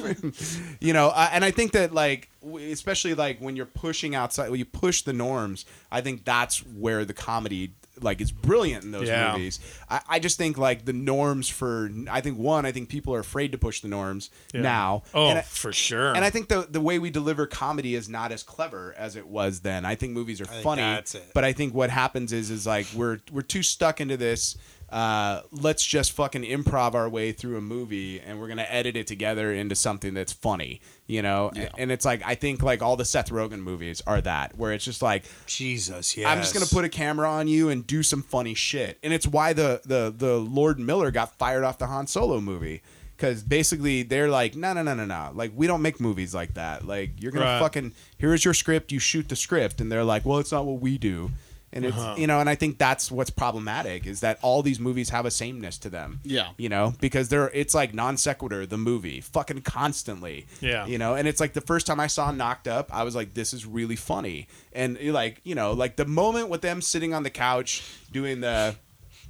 you know, uh, and I think that like, w- especially like when you're pushing outside, when you push the norms, I think that's where the comedy like is brilliant in those Yeah. movies. I, I just think like the norms for I think one, I think people are afraid to push the norms Yeah. now. oh, and I, for sure. and I think the the way we deliver comedy is not as clever as it was then. I think movies are think funny, that's it. but I think what happens is is like we're we're too stuck into this. Uh, let's just fucking improv our way through a movie, and we're gonna edit it together into something that's funny, you know. A- And it's like I think like all the Seth Rogen movies are that, where it's just like Jesus, yeah. I'm just gonna put a camera on you and do some funny shit. And it's why the the the Lord Miller got fired off the Han Solo movie because basically they're like, no, no, no, no, no. Like we don't make movies like that. Like you're gonna Right. fucking here is your script. You shoot the script, and they're like, well, it's not what we do. And it's you know, and I think that's what's problematic is that all these movies have a sameness to them. Yeah. you know, because they're it's like non sequitur the movie fucking constantly. Yeah. you know know and it's like the first time i saw knocked up i was like this is really funny and you're like you know like the moment with them sitting on the couch doing the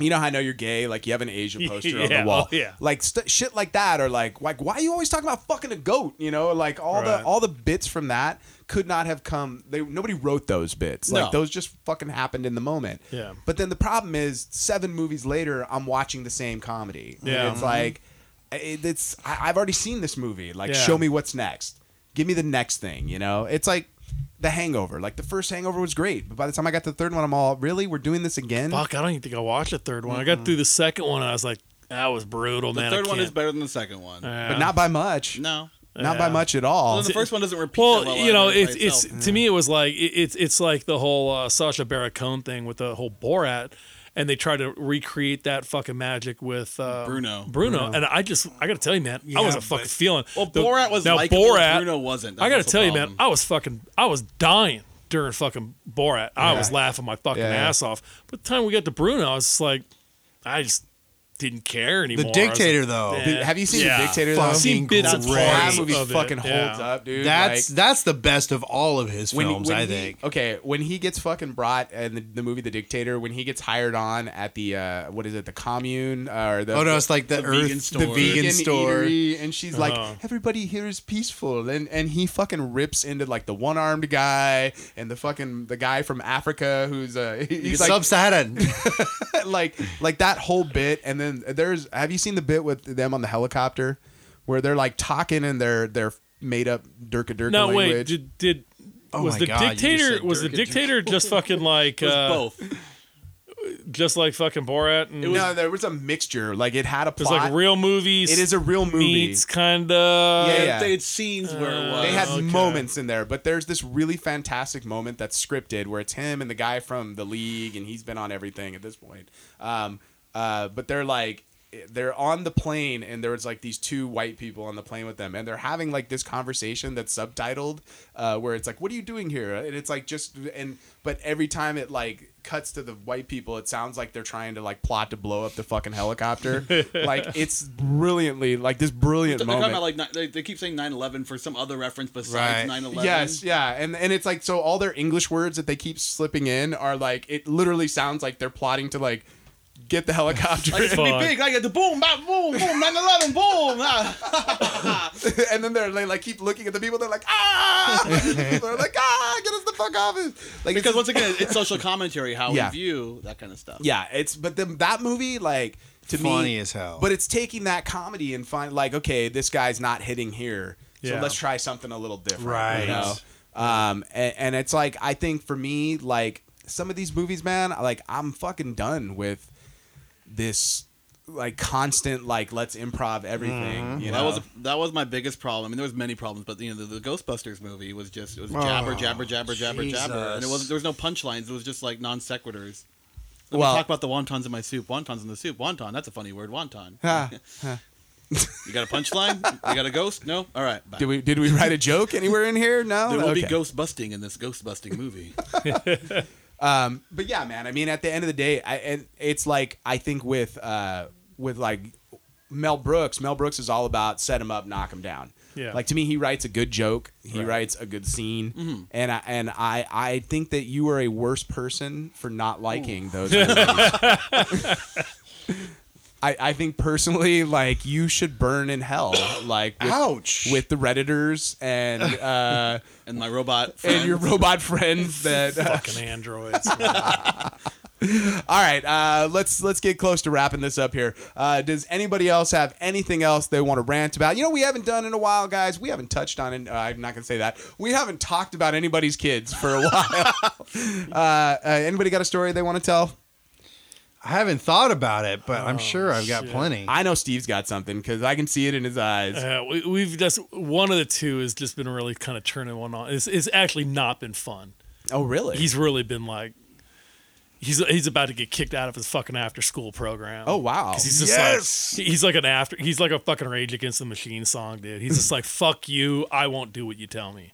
you know how i know you're gay like you have an asian poster on the Yeah, wall oh, yeah. like st- shit like that or like like why are you always talking about fucking a goat you know like all the Right. all the bits from that could not have come they nobody wrote those bits like No. those just fucking happened in the moment Yeah. but then the problem is seven movies later i'm watching the same comedy And Yeah. it's like it- it's I, i've already seen this movie like Yeah. show me what's next give me the next thing you know it's like the hangover like the first hangover was great but by the time i got to the third one i'm all really we're doing this again Fuck, I don't even think I watched the third one. I got through the second one and I was like, that was brutal, The man. I third one can't- is better than the second one. Oh, Yeah. but not by much no. not by Yeah. much at all Well, the first one doesn't repeat. Well, that you know, either by it's it's itself. to me it was like it, it's it's like the whole uh, Sasha Baron Cohen thing with the whole Borat, and they try to recreate that fucking magic with uh, Bruno. Bruno, and I just I gotta tell you, man, I was Yeah, a fucking but- feeling. Well, The- Borat was now likable, Borat. Bruno wasn't. That I gotta was the tell you, man, problem. I was fucking I was dying during fucking Borat. I was laughing my fucking Yeah. ass off. But the time we got to Bruno, I was just like, I just didn't care anymore. I was like, Dictator, though. "Eh." have you seen The Dictator, though? I've seen bits and Fucking parts that great. movie of it, fucking yeah. holds up dude That's Like- that's the best of all of his films, I he- think. Okay, when he gets fucking brought in the, the movie The Dictator, when he gets hired on at the uh, what is it, the commune uh, or the Oh no, it's like the, Earth, vegan the store. vegan, store. eatery, and she's Uh-huh. like, everybody here is peaceful, and and he fucking rips into like the one armed guy and the fucking the guy from Africa who's uh, he's like Sub-Saharan. like like that whole bit and then there's have you seen the bit with them on the helicopter where they're like talking in their their made up Durka Durka No, language? wait. Did, did Oh was my the God, you just dictator said was the Durga dictator just fucking like It was uh, both. just like fucking Borat? And it no, there was a mixture. Like it had a was plot. like real movies. It is a real movie. meets kind of. Yeah, They yeah. had, they had scenes where Uh, it was. They had okay. moments in there, but there's this really fantastic moment that's scripted where it's him and the guy from the league, and he's been on everything at this point. Um, uh, but they're like, they're on the plane, and there was like these two white people on the plane with them, and they're having like this conversation that's subtitled, uh, where it's like, "What are you doing here?" And it's like just and but every time it like cuts to the white people, it sounds like they're trying to like plot to blow up the fucking helicopter. like it's brilliantly like this brilliant They're moment. talking about like ni- they, they keep saying 9/11 for some other reference besides Right. 9/11. Yes, yeah, and and it's like so all their English words that they keep slipping in are like it literally sounds like they're plotting to like get the helicopter, Like, it's gonna Fuck. be big. I get the boom, bop, boom, boom, 9/11, boom. Ah. and then they're like, like keep looking at the people. They're like ah, they're like ah, get us the fuck off. Like Because it's- once again, it's social commentary, how Yeah. we view that kind of stuff. yeah, it's but then that movie like to me Funny as hell. But it's taking that comedy and find like okay, this guy's not hitting here, so Yeah. let's try something a little different, you Right. know? Um, and, and it's like I think for me, like some of these movies, man, like I'm fucking done with this like constant like let's improv everything. Mm-hmm. You know, that was that was my biggest problem. I mean, there was many problems, but you know, the, the Ghostbusters movie was just it Oh, was jabber, jabber, jabber, jabber, jabber, and it Jesus. was there was no punchlines. It was just like non sequiturs. Let Well- me talk about the wontons in my soup. Wontons in the soup. Wonton. That's a funny word. Wonton. Huh. you got a punchline? you got a ghost? No. All right. Bye. did we did we write a joke anywhere in here? No, there will be Okay. ghost busting in this ghost busting movie. but yeah, man. I mean, at the end of the day, I, and it's like I think with uh, with like Mel Brooks. Mel Brooks is all about set him up, knock him down. Yeah. Like to me, he writes a good joke. He writes a good scene, and I, and I I think that you are a worse person for not liking those. movies. I, I think personally, like you should burn in hell, like with, Ouch. with the redditors and uh, and my robot. Friend, and your robot friends that uh, Fucking androids. All right, uh, let's let's get close to wrapping this up here. Uh, does anybody else have anything else they want to rant about? You know, we haven't done in a while, guys. We haven't touched on it. Uh, I'm not gonna say that. We haven't talked about anybody's kids for a while. uh, uh, anybody got a story they want to tell? I haven't thought about it, but I'm sure I've got shit. plenty. Oh, I know Steve's got something because I can see it in his eyes. Uh, we, we've just one of the two has just been really kind of turning one on. It's, it's actually not been fun. Oh, really? He's really been like, he's he's about to get kicked out of his fucking after school program. oh, wow. 'Cause He's just like he's like an after he's like a fucking Rage Against the Machine song, dude. He's just like fuck you, I won't do what you tell me.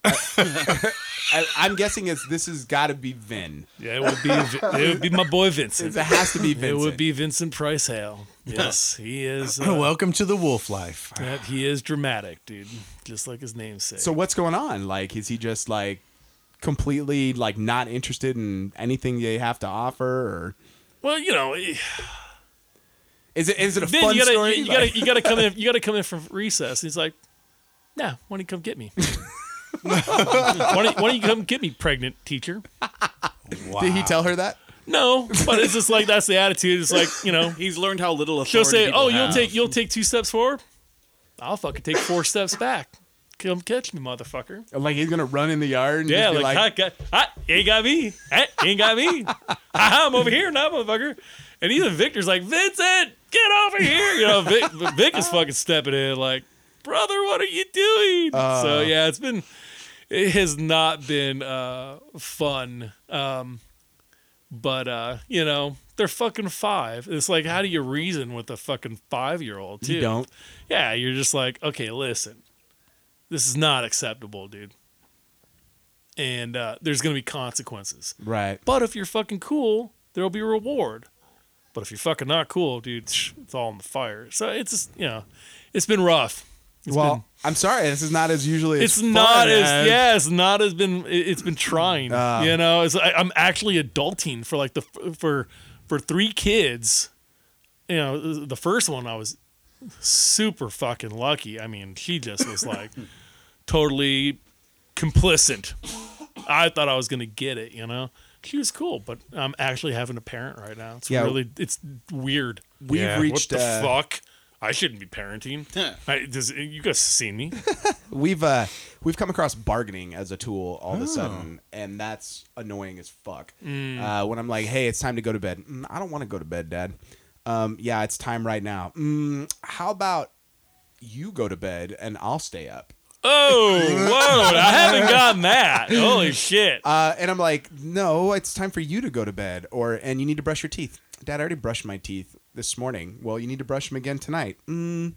I, I'm guessing it's this has got to be Vin. Yeah, it would be it would be my boy Vincent. It has to be Vin. It would be Vincent Price Hale. Yes, he is. uh, Welcome to the wolf life. yep, he is dramatic, dude. Just like his namesake. So what's going on? Like, is he just like completely like not interested in anything they have to offer, or well, you know, eh, is it is it a Vin, fun you gotta story? you Like- gotta you gotta come in you gotta come in from recess. He's like, Nah, why don't you come get me? why, don't, why don't you come get me, pregnant teacher? Wow. Did he tell her that? No, but it's just like that's the attitude. It's like you know, He's learned how little authority. She'll say, people "Oh, you'll have. take you'll take two steps forward. I'll fucking take four steps back. Come catch me, motherfucker." Like he's gonna run in the yard and Yeah, just be like, like, I got, I, you ain't got me. I, you ain't got me. Ha, ha, I'm over here now, motherfucker. And even Victor's like, Vincent, get over here. You know, Vic, Vic is fucking stepping in, like, brother, what are you doing? Uh. so yeah, it's been, it has not been uh, fun. Um, but uh, you know, they're fucking five. It's like, how do you reason with a fucking five year old? you don't. Yeah, you're just like, okay, listen, this is not acceptable, dude. And uh, there's going to be consequences. Right. But if you're fucking cool, there'll be a reward. But if you're fucking not cool, dude, tsh, it's all in the fire. So it's just, you know, it's been rough. It's well, been- I'm sorry. This is not as usually. as it's fun not as, as- yeah, it's not as been, it- it's been trying. Ah. you know, it's, I, I'm actually adulting for like the, f- for, for three kids. You know, the first one I was super fucking lucky. I mean, she just was like totally complicit. I thought I was gonna get it, you know. She was cool, but I'm actually having a parent right now. It's Yeah. really it's weird. We've Yeah. reached, what the uh, fuck. I shouldn't be parenting. I, does, you guys see me? We've uh, we've come across bargaining as a tool all Oh. of a sudden, and that's annoying as fuck. Mm. Uh, when I'm like, hey, it's time to go to bed. Mm, I don't want to go to bed, Dad. Um, yeah, it's time right now. Mm, how about you go to bed and I'll stay up? Oh, whoa! I haven't gotten that. Holy shit! Uh, and I'm like, no, it's time for you to go to bed, or and you need to brush your teeth. Dad, I already brushed my teeth this morning. Well, you need to brush them again tonight. Mm,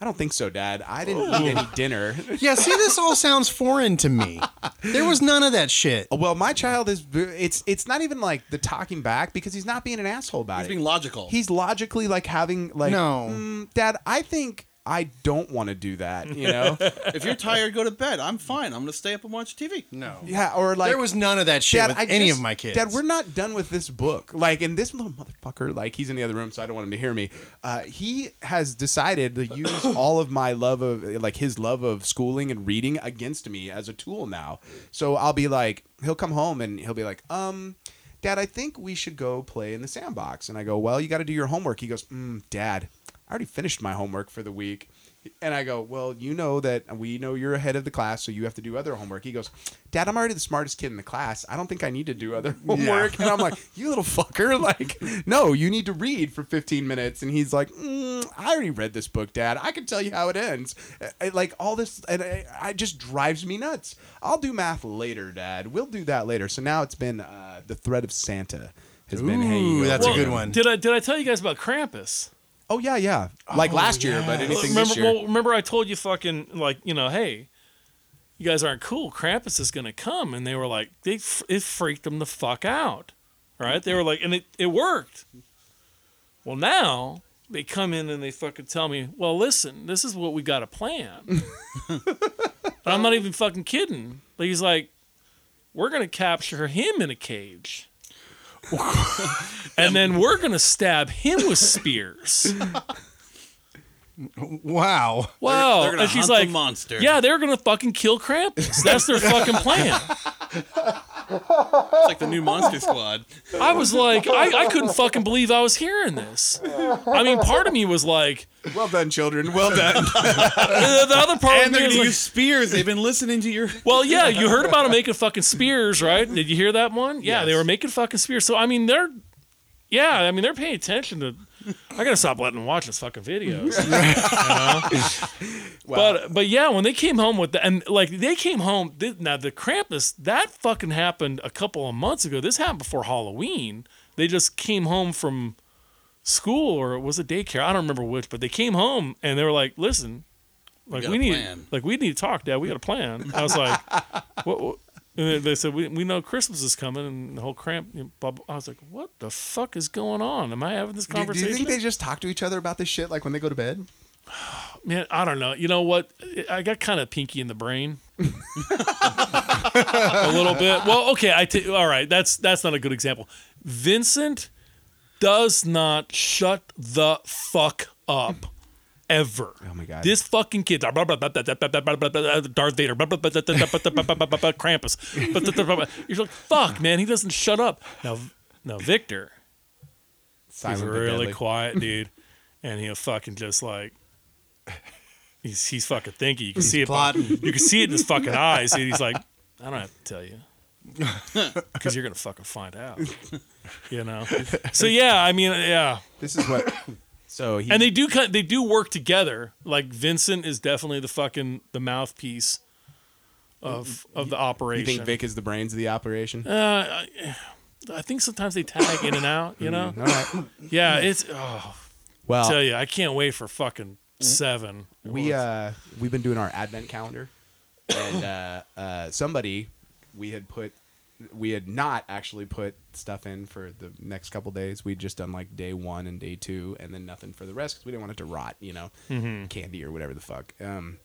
I don't think so, Dad. I didn't eat any dinner. yeah, see, this all sounds foreign to me. There was none of that shit. well, my child is. It's it's not even like the talking back because he's not being an asshole about He's it. being logical. he's logically like having like, No. "Mm, Dad, I think I don't want to do that. You know, if you're tired, go to bed. I'm fine. I'm gonna stay up and watch TV. No. yeah, or like there was none of that shit with any just- of my kids. Dad, we're not done with this book. Like, and this little motherfucker, like, he's in the other room, so I don't want him to hear me. Uh, he has decided to use all of my love of, like, his love of schooling and reading against me as a tool now. So I'll be like, he'll come home and he'll be like, um, Dad, I think we should go play in the sandbox. And I go, well, you got to do your homework. He goes, mm, Dad. I already finished my homework for the week. And I go, Well, you know that we know you're ahead of the class, so you have to do other homework. He goes, Dad, I'm already the smartest kid in the class. I don't think I need to do other homework. And I'm like, You little fucker. Like, no, you need to read for 15 minutes. And he's like, mm, I already read this book, Dad. I can tell you how it ends. I- I- like, all this, and I, I just drives me nuts. I'll do math later, Dad. We'll do that later. So now it's been uh, The Threat of Santa. Has been hanging Ooh, over that's a me. good one. Did I did I tell you guys about Krampus? Oh yeah, yeah. Like last year, but anything remember, this year. Well, remember I told you fucking like you know, hey, you guys aren't cool. Krampus is gonna come, and they were like, they f- it freaked them the fuck out, right? They were like, and it it worked. Well, now they come in and they fucking tell me, well, listen, this is what we got to plan. and I'm not even fucking kidding. But he's like, we're gonna capture him in a cage. and then we're gonna stab him with spears. Wow. Wow. They're Oh, gonna and she's hunt like, the monster. yeah, they're gonna fucking kill Krampus. That's their fucking plan. it's like the new Monster Squad. I was like, I, I couldn't fucking believe I was hearing this. I mean, part of me was like, uh, well done, children. Well done. the, the other part And of they're me gonna was use spears. They've been listening to your. like, well, yeah, you heard about them making fucking spears, right? Did you hear that one? Yeah, they were making fucking spears. So I mean, they're, yeah, I mean, they're paying attention to. I gotta stop letting them watch those fucking videos. you know? But but yeah, when they came home with the and like they came home th- now the Krampus that fucking happened a couple of months ago. This happened before Halloween. They just came home from school or was it daycare? I don't remember which, but they came home and they were like, "Listen, like got we, a need plan." like we need to talk, Dad. We got a plan." I was like, "What?" what? And they- they said, we, "We know Christmas is coming and the whole cramp." You know, blah, blah. I was like, "What the fuck is going on? Am I having this do, do conversation?" you think they just talk to each other about this shit like when they go to bed? Man, I don't know. You know what? I got kind of pinky in the brain. a little bit. Well, okay. I t- all right. That's that's not a good example. Vincent does not shut the fuck up ever. Oh my God. This fucking kid, Darth Vader, Krampus. You're like, fuck, man. He doesn't shut up. Now, now, Victor. He's but really deadly. quiet, dude, and he'll fucking just like he's he's fucking thinking. You can see it. plotting. You can see it in his fucking eyes, and he's like, "I don't have to tell you, because you're gonna fucking find out." You know. So yeah, I mean, yeah, This is what. So he. and they do kind they do work together. Like Vincent is definitely the fucking the mouthpiece of of the you operation. think Vic is the brains of the operation? Uh, I, I think sometimes they tag in and out. You know. All right. Yeah, it's. Oh, Well, tell you, I can't wait for fucking seven. we uh we've been doing our advent calendar and uh, uh somebody we had put we had not actually put stuff in for the next couple days we'd just done like day one and day two and then nothing for the rest because we didn't want it to rot you know candy or whatever the fuck um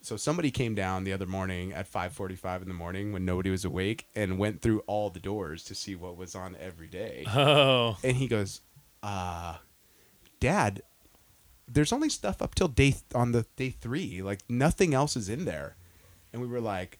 so somebody came down the other morning at 5:45 in the morning when nobody was awake and went through all the doors to see what was on every day Oh, and he goes, uh, Dad, there's only stuff up till day th- on the day three. Like nothing else is in there. And we were like,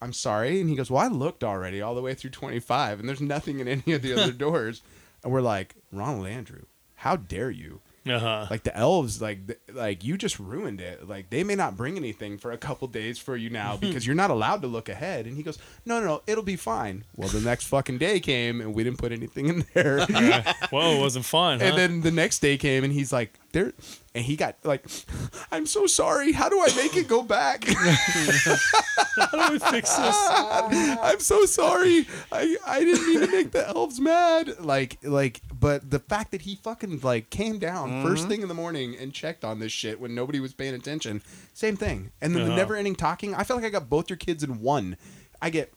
I'm sorry. And he goes, Well, I looked already all the way through 25, and there's nothing in any of the other doors. And we're like, Ronald Andrew, how dare you? uh huh. Like the elves, like th- like you just ruined it. Like they may not bring anything for a couple days for you now because you're not allowed to look ahead. And he goes, no, no, no, it'll be fine. Well, the next fucking day came and we didn't put anything in there. Whoa, it wasn't fun. huh? And then the next day came, and he's like, "There," and he got like, "I'm so sorry. How do I make it go back? how do we fix this? I'm so sorry. I I didn't mean to make the elves mad. Like like, but the fact that he fucking like came down first thing in the morning and checked on this shit when nobody was paying attention. Same thing. And then the Uh-huh. never ending talking. I feel like I got both your kids in one. I get,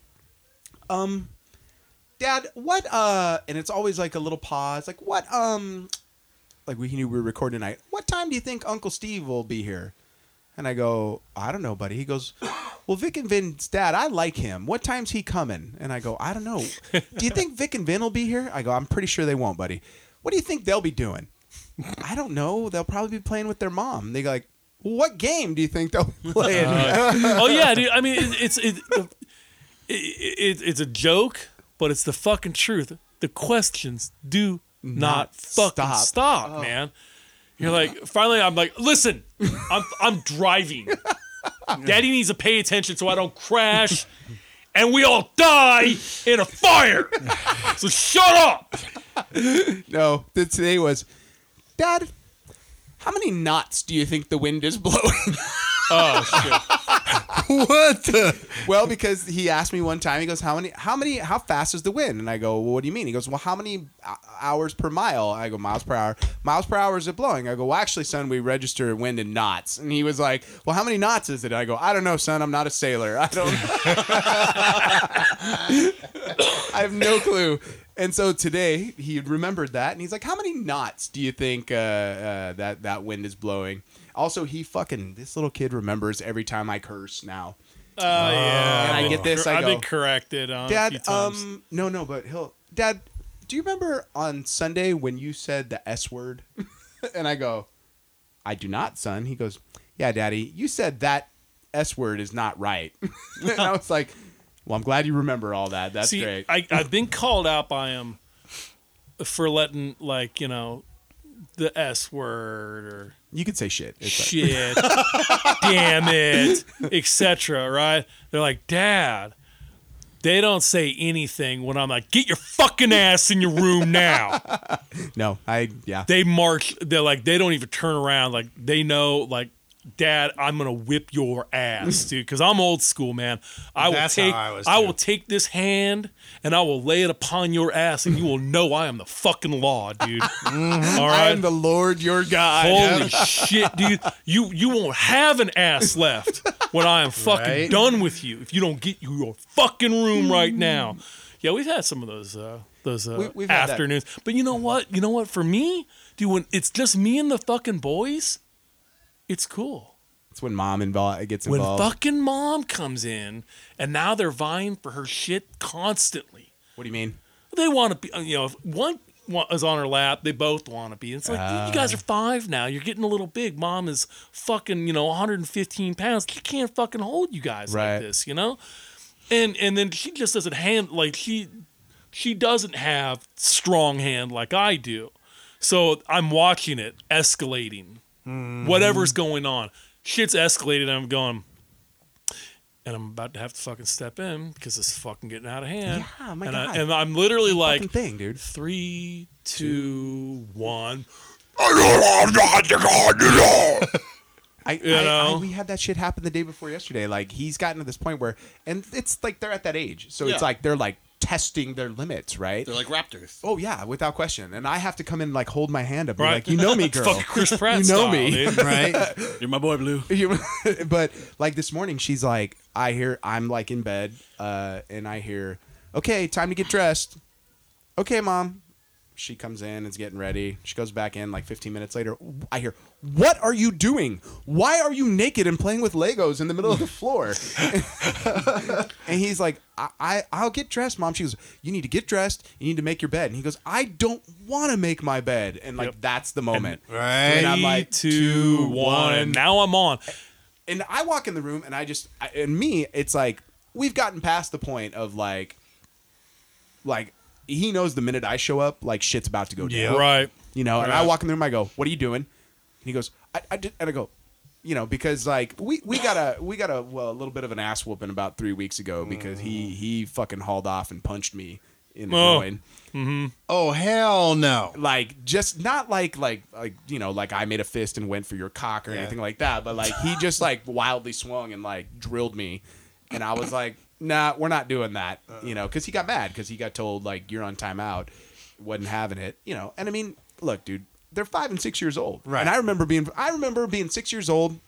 um, Dad, what? Uh, and it's always like a little pause. Like what? Um, like we knew we were recording tonight. What time do you think Uncle Steve will be here? And I go, I don't know, buddy. He goes, Well, Vic and Vin's dad, I like him. What time's he coming? And I go, I don't know. Do you think Vic and Vin will be here? I go, I'm pretty sure they won't, buddy. What do you think they'll be doing? I don't know. They'll probably be playing with their mom. They go like, well, what game do you think they'll be playing? oh yeah, dude. I mean, it, it's it, it, it, it's a joke, but it's the fucking truth. The questions do not, Oh. Not fucking stop. stop, man. You're like, finally, I'm like, listen, I'm I'm driving. Daddy needs to pay attention so I don't crash, and we all die in a fire. So shut up. No, th- today was, Dad. How many knots do you think the wind is blowing? Oh shit. what the? well, because he asked me one time, he goes, "How many? How many? How fast is the wind?" And I go, "Well, what do you mean?" He goes, "Well, how many ho- hours per mile?" I go, "Miles per hour. Miles per hour is it blowing?" I go, "Well, actually, son, we register wind in knots." And he was like, "Well, how many knots is it?" I go, "I don't know, son. I'm not a sailor. I don't. I have no clue." And so today he remembered that, and he's like, "How many knots do you think uh, uh, that that wind is blowing?" Also, he fucking this little kid remembers every time I curse now. Oh yeah. And I get this, I have been go, corrected on a few Dad, times. um, no, no, but he'll. Dad, do you remember on Sunday when you said the S word? and I go, I do not, son. He goes, Yeah, Daddy, you said that S word is not right. and I was like, Well, I'm glad you remember all that. That's See, great. I, I've been called out by him for letting, like, you know, the S word or you could say shit. It's like- shit, damn it, etc. Right? They're like, Dad, they don't say anything when I'm like, get your fucking ass in your room now. no, I yeah. They march. They're like, they don't even turn around. Like they know, like. Dad, I'm gonna whip your ass, dude, because I'm old school, man. I will That's how take, I was, I too. will take this hand and I will lay it upon your ass, and you will know I am the fucking law, dude. Mm-hmm. All I right, am the Lord your God. Holy shit, dude! You you won't have an ass left when I am fucking Right? done with you if you don't get you your fucking room right now. Yeah, we've had some of those uh, those uh, Hmm. We- we've had that. afternoons, but you know what? You know what? For me, dude, when it's just me and the fucking boys, it's cool. It's when mom involved gets When involved. fucking mom comes in, and now they're vying for her shit constantly. what do you mean? They want to be, you know, if one wa- is on her lap, they both want to be. It's like, dude, you Ah. guys are five now. You're getting a little big. Mom is fucking, you know, 115 pounds. She can't fucking hold you guys Right. like this, you know? And and then she just doesn't hand, like, she she doesn't have strong hand like I do. So I'm watching it escalating. Mm-hmm. Whatever's going on. Shit's escalated. And I'm going, and I'm about to have to fucking step in because it's fucking getting out of hand. Yeah, my and God. I, and I'm literally like, Fucking thing, dude. three, two, one. I, You I- I- know? we had that shit happen the day before yesterday. Like he's gotten to this point where, and it's like they're at that age, so Yeah. it's like they're like testing their limits, right? They're like raptors. oh yeah, without question. And I have to come in and like hold my hand up, and be Right. like you know me, It's girl. fucking Chris Pratt. You know style, me. dude. Right? You're my boy, Blue. You- but like this morning, she's like, I hear I'm like in bed, uh, and I hear, okay, time to get dressed. Okay, mom. She comes in, is getting ready. She goes back in like 15 minutes later. I hear, what are you doing? Why are you naked and playing with Legos in the middle of the floor? And he's like, I, I, I'll get dressed, mom. She goes, You need to get dressed. You need to make your bed. And he goes, I don't want to make my bed. And like, Yep. that's the moment. Right? And I'm like, Three, two, two, one. one. Now I'm on. and I walk in the room and I just I, and me it's like we've gotten past the point of like like he knows the minute I show up like shit's about to go down Right. you know and I Right. walk in the room I go what are you doing and he goes I, I did and I go you know because like we we got a we got a well a little bit of an ass whooping about three weeks ago because he he fucking hauled off and punched me in the Mm. Oh. groin oh, hell no. like just not like like like you know like I made a fist and went for your cock or Yeah. anything like that, but like he just like wildly swung and like drilled me, and I was like, nah, we're not doing that, you know, because he got mad because he got told like you're on timeout, wasn't having it, you know, and I mean, look, dude, they're five and six years old, Right. And I remember being I remember being six years old,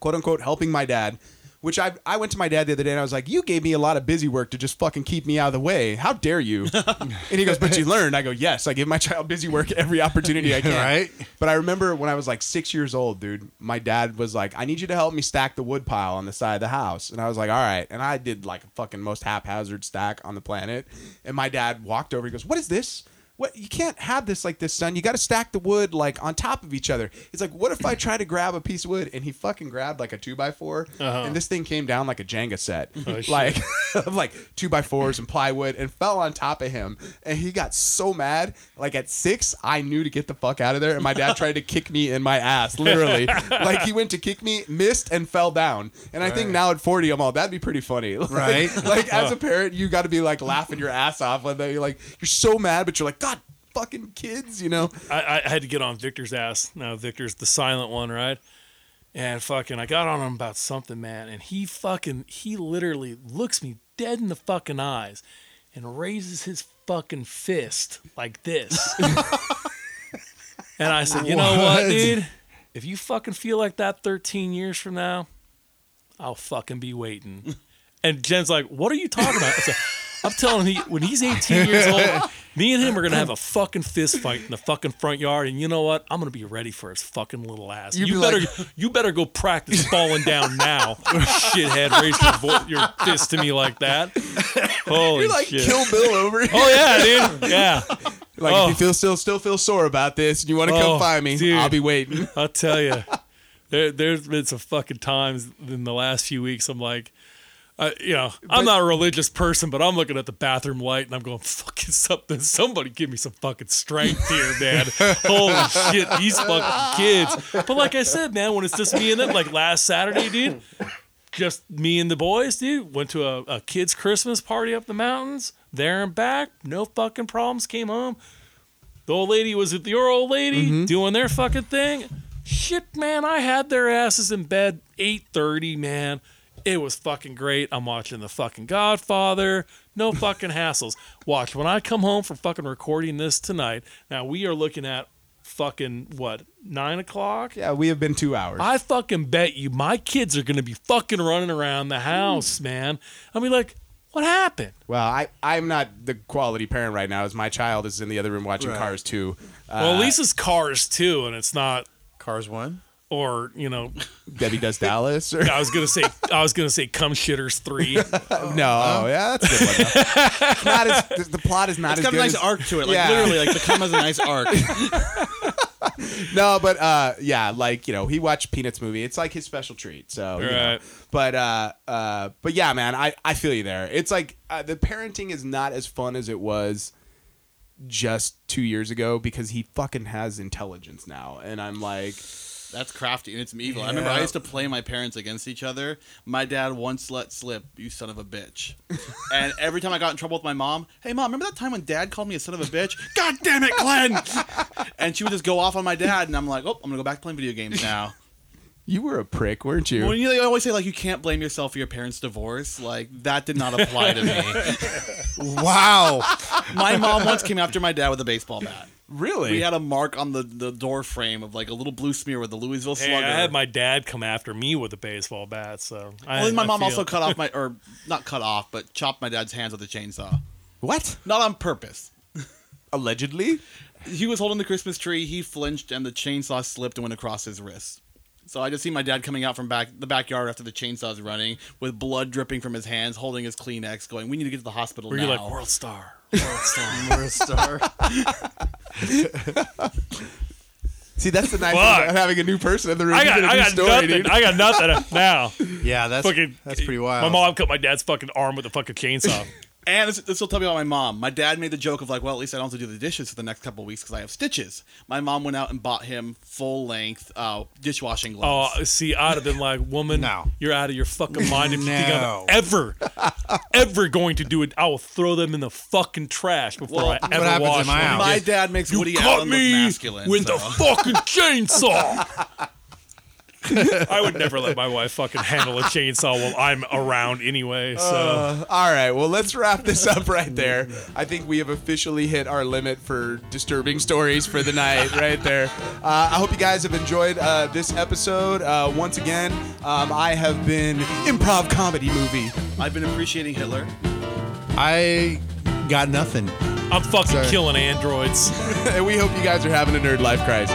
quote unquote, helping my dad. Which I, I went to my dad the other day and I was like, You gave me a lot of busy work to just fucking keep me out of the way. How dare you? and he goes, But you learned. I go, Yes, I give my child busy work every opportunity I can. Right? But I remember when I was like six years old, dude, my dad was like, I need you to help me stack the wood pile on the side of the house. And I was like, All right. And I did like a fucking most haphazard stack on the planet. And my dad walked over, he goes, What is this? What what you can't have this like this, son. You got to stack the wood like on top of each other. It's like, what if I try to grab a piece of wood and he fucking grabbed like a two by 4 and this thing came down like a Jenga set, Uh-huh. Oh, shit. like of like two by fours and plywood and fell on top of him. And he got so mad. Like at six, I knew to get the fuck out of there. And my dad tried to kick me in my ass, literally. like he went to kick me, missed, and fell down. And I think now at 40, I'm all, that'd be pretty funny. Like- Right. like as a parent, you got to be like laughing your ass off when they like, you're so mad, but you're like, God, fucking kids, you know? I, I had to get on Victor's ass. Now Victor's the silent one, right? And fucking, I got on him about something, man. And he fucking, he literally looks me dead in the fucking eyes, and raises his fucking fist like this. and I said, you know what, What? dude? If you fucking feel like that 13 years from now, I'll fucking be waiting. And Jen's like, what are you talking about? I said, I'm telling you, when he's 18 years old, me and him are gonna have a fucking fist fight in the fucking front yard, and you know what? I'm gonna be ready for his fucking little ass. You'd You be better, like- you better go practice falling down now, shithead. Raise your, vo- your fist to me like that. Holy You're like, shit! kill Bill over here. oh yeah, dude. Yeah, Like, Oh. if you feel still, still feel sore about this and you want to Oh, come find me, dude. I'll be waiting. I'll tell you. There, there's been some fucking times in the last few weeks. I'm like. I you know, I'm not a religious person, but I'm looking at the bathroom light and I'm going, fucking something. Somebody give me some fucking strength here, man. Holy shit, these fucking kids. But like I said, man, when it's just me and them, like last Saturday, dude, just me and the boys, dude, went to a, a kids' Christmas party up the mountains, there and back, no fucking problems, came home. The old lady was with your old lady doing their fucking thing. Shit, man, I had their asses in bed 8:30, man. It was fucking great. I'm watching the fucking Godfather. No fucking hassles. Watch when I come home from fucking recording this tonight. Now we are looking at fucking what nine o'clock. Yeah, we have been two hours. I fucking bet you my kids are gonna be fucking running around the house, man. I mean, like, what happened? Well, I, I'm not the quality parent right now, as my child is in the other room watching Cars 2. Uh, well, at least it's Cars too, and it's not, Cars one. or you know, Debbie Does Dallas? Or, I was gonna say I was gonna say cum shitters three. no, oh, yeah, that's a good one. though. not as, the- the plot is not It's as got good a nice as- arc to it. Like Yeah. literally, like the cum has a nice arc. No, but uh, yeah, like you know, he watched Peanuts movie. It's like his special treat. So, you know. Right. but uh, uh, but yeah, man, I I feel you there. It's like uh, the parenting is not as fun as it was just two years ago because he fucking has intelligence now, and I'm like, That's crafty and it's evil. I remember I used to play my parents against each other. My dad once let slip, "You son of a bitch," and every time I got in trouble with my mom, "Hey mom, remember that time when dad called me a son of a bitch? God damn it, Glenn!" and she would just go off on my dad, and I'm like, "Oh, I'm gonna go back to playing video games now." you were a prick, weren't you? When you they always say like you can't blame yourself for your parents' divorce, like that did not apply to me. Wow. my mom once came after my dad with a baseball bat. really? We had a mark on the, the door frame of like a little blue smear with the Louisville Hey, Slugger. I had my dad come after me with a baseball bat, so I, Well, then my I mom feel- also cut off my, or not cut off, but chopped my dad's hands with a chainsaw. what? Not on purpose. Allegedly? He was holding the Christmas tree. He flinched, and the chainsaw slipped and went across his wrist. So I just see my dad coming out from back the backyard after the chainsaw's running, with blood dripping from his hands, holding his Kleenex, going, "We need to get to the hospital Were now." you like World Star? World Star. star. See, that's the nice Fuck. thing about having a new person in the room. I You got get a I new got story, nothing. dude. I got nothing now. Yeah, that's fucking that's pretty wild. My mom cut my dad's fucking arm with a fucking chainsaw. And this, this will tell me about my mom. My dad made the joke of like, well, at least I don't have to do the dishes for the next couple of weeks because I have stitches. My mom went out and bought him full length uh, dishwashing Oh, gloves. see, I'd have been like, woman, No. you're out of your fucking mind if you think I'm No. ever, ever going to do it. I will throw them in the fucking trash before Well, I what ever happens wash in my one. house? my dad makes Oh, You Woody cut Allen look me masculine. with so. the fucking chainsaw. I would never let my wife fucking handle a chainsaw while I'm around anyway. So Uh, All right, well, let's wrap this up right there. I think we have officially hit our limit for disturbing stories for the night, right there. Uh, I hope you guys have enjoyed uh, this episode. Uh, once again, um, I have been improv comedy movie. I've been appreciating Hitler. I got nothing. I'm fucking Sorry. killing androids. and we hope you guys are having a nerd life crisis.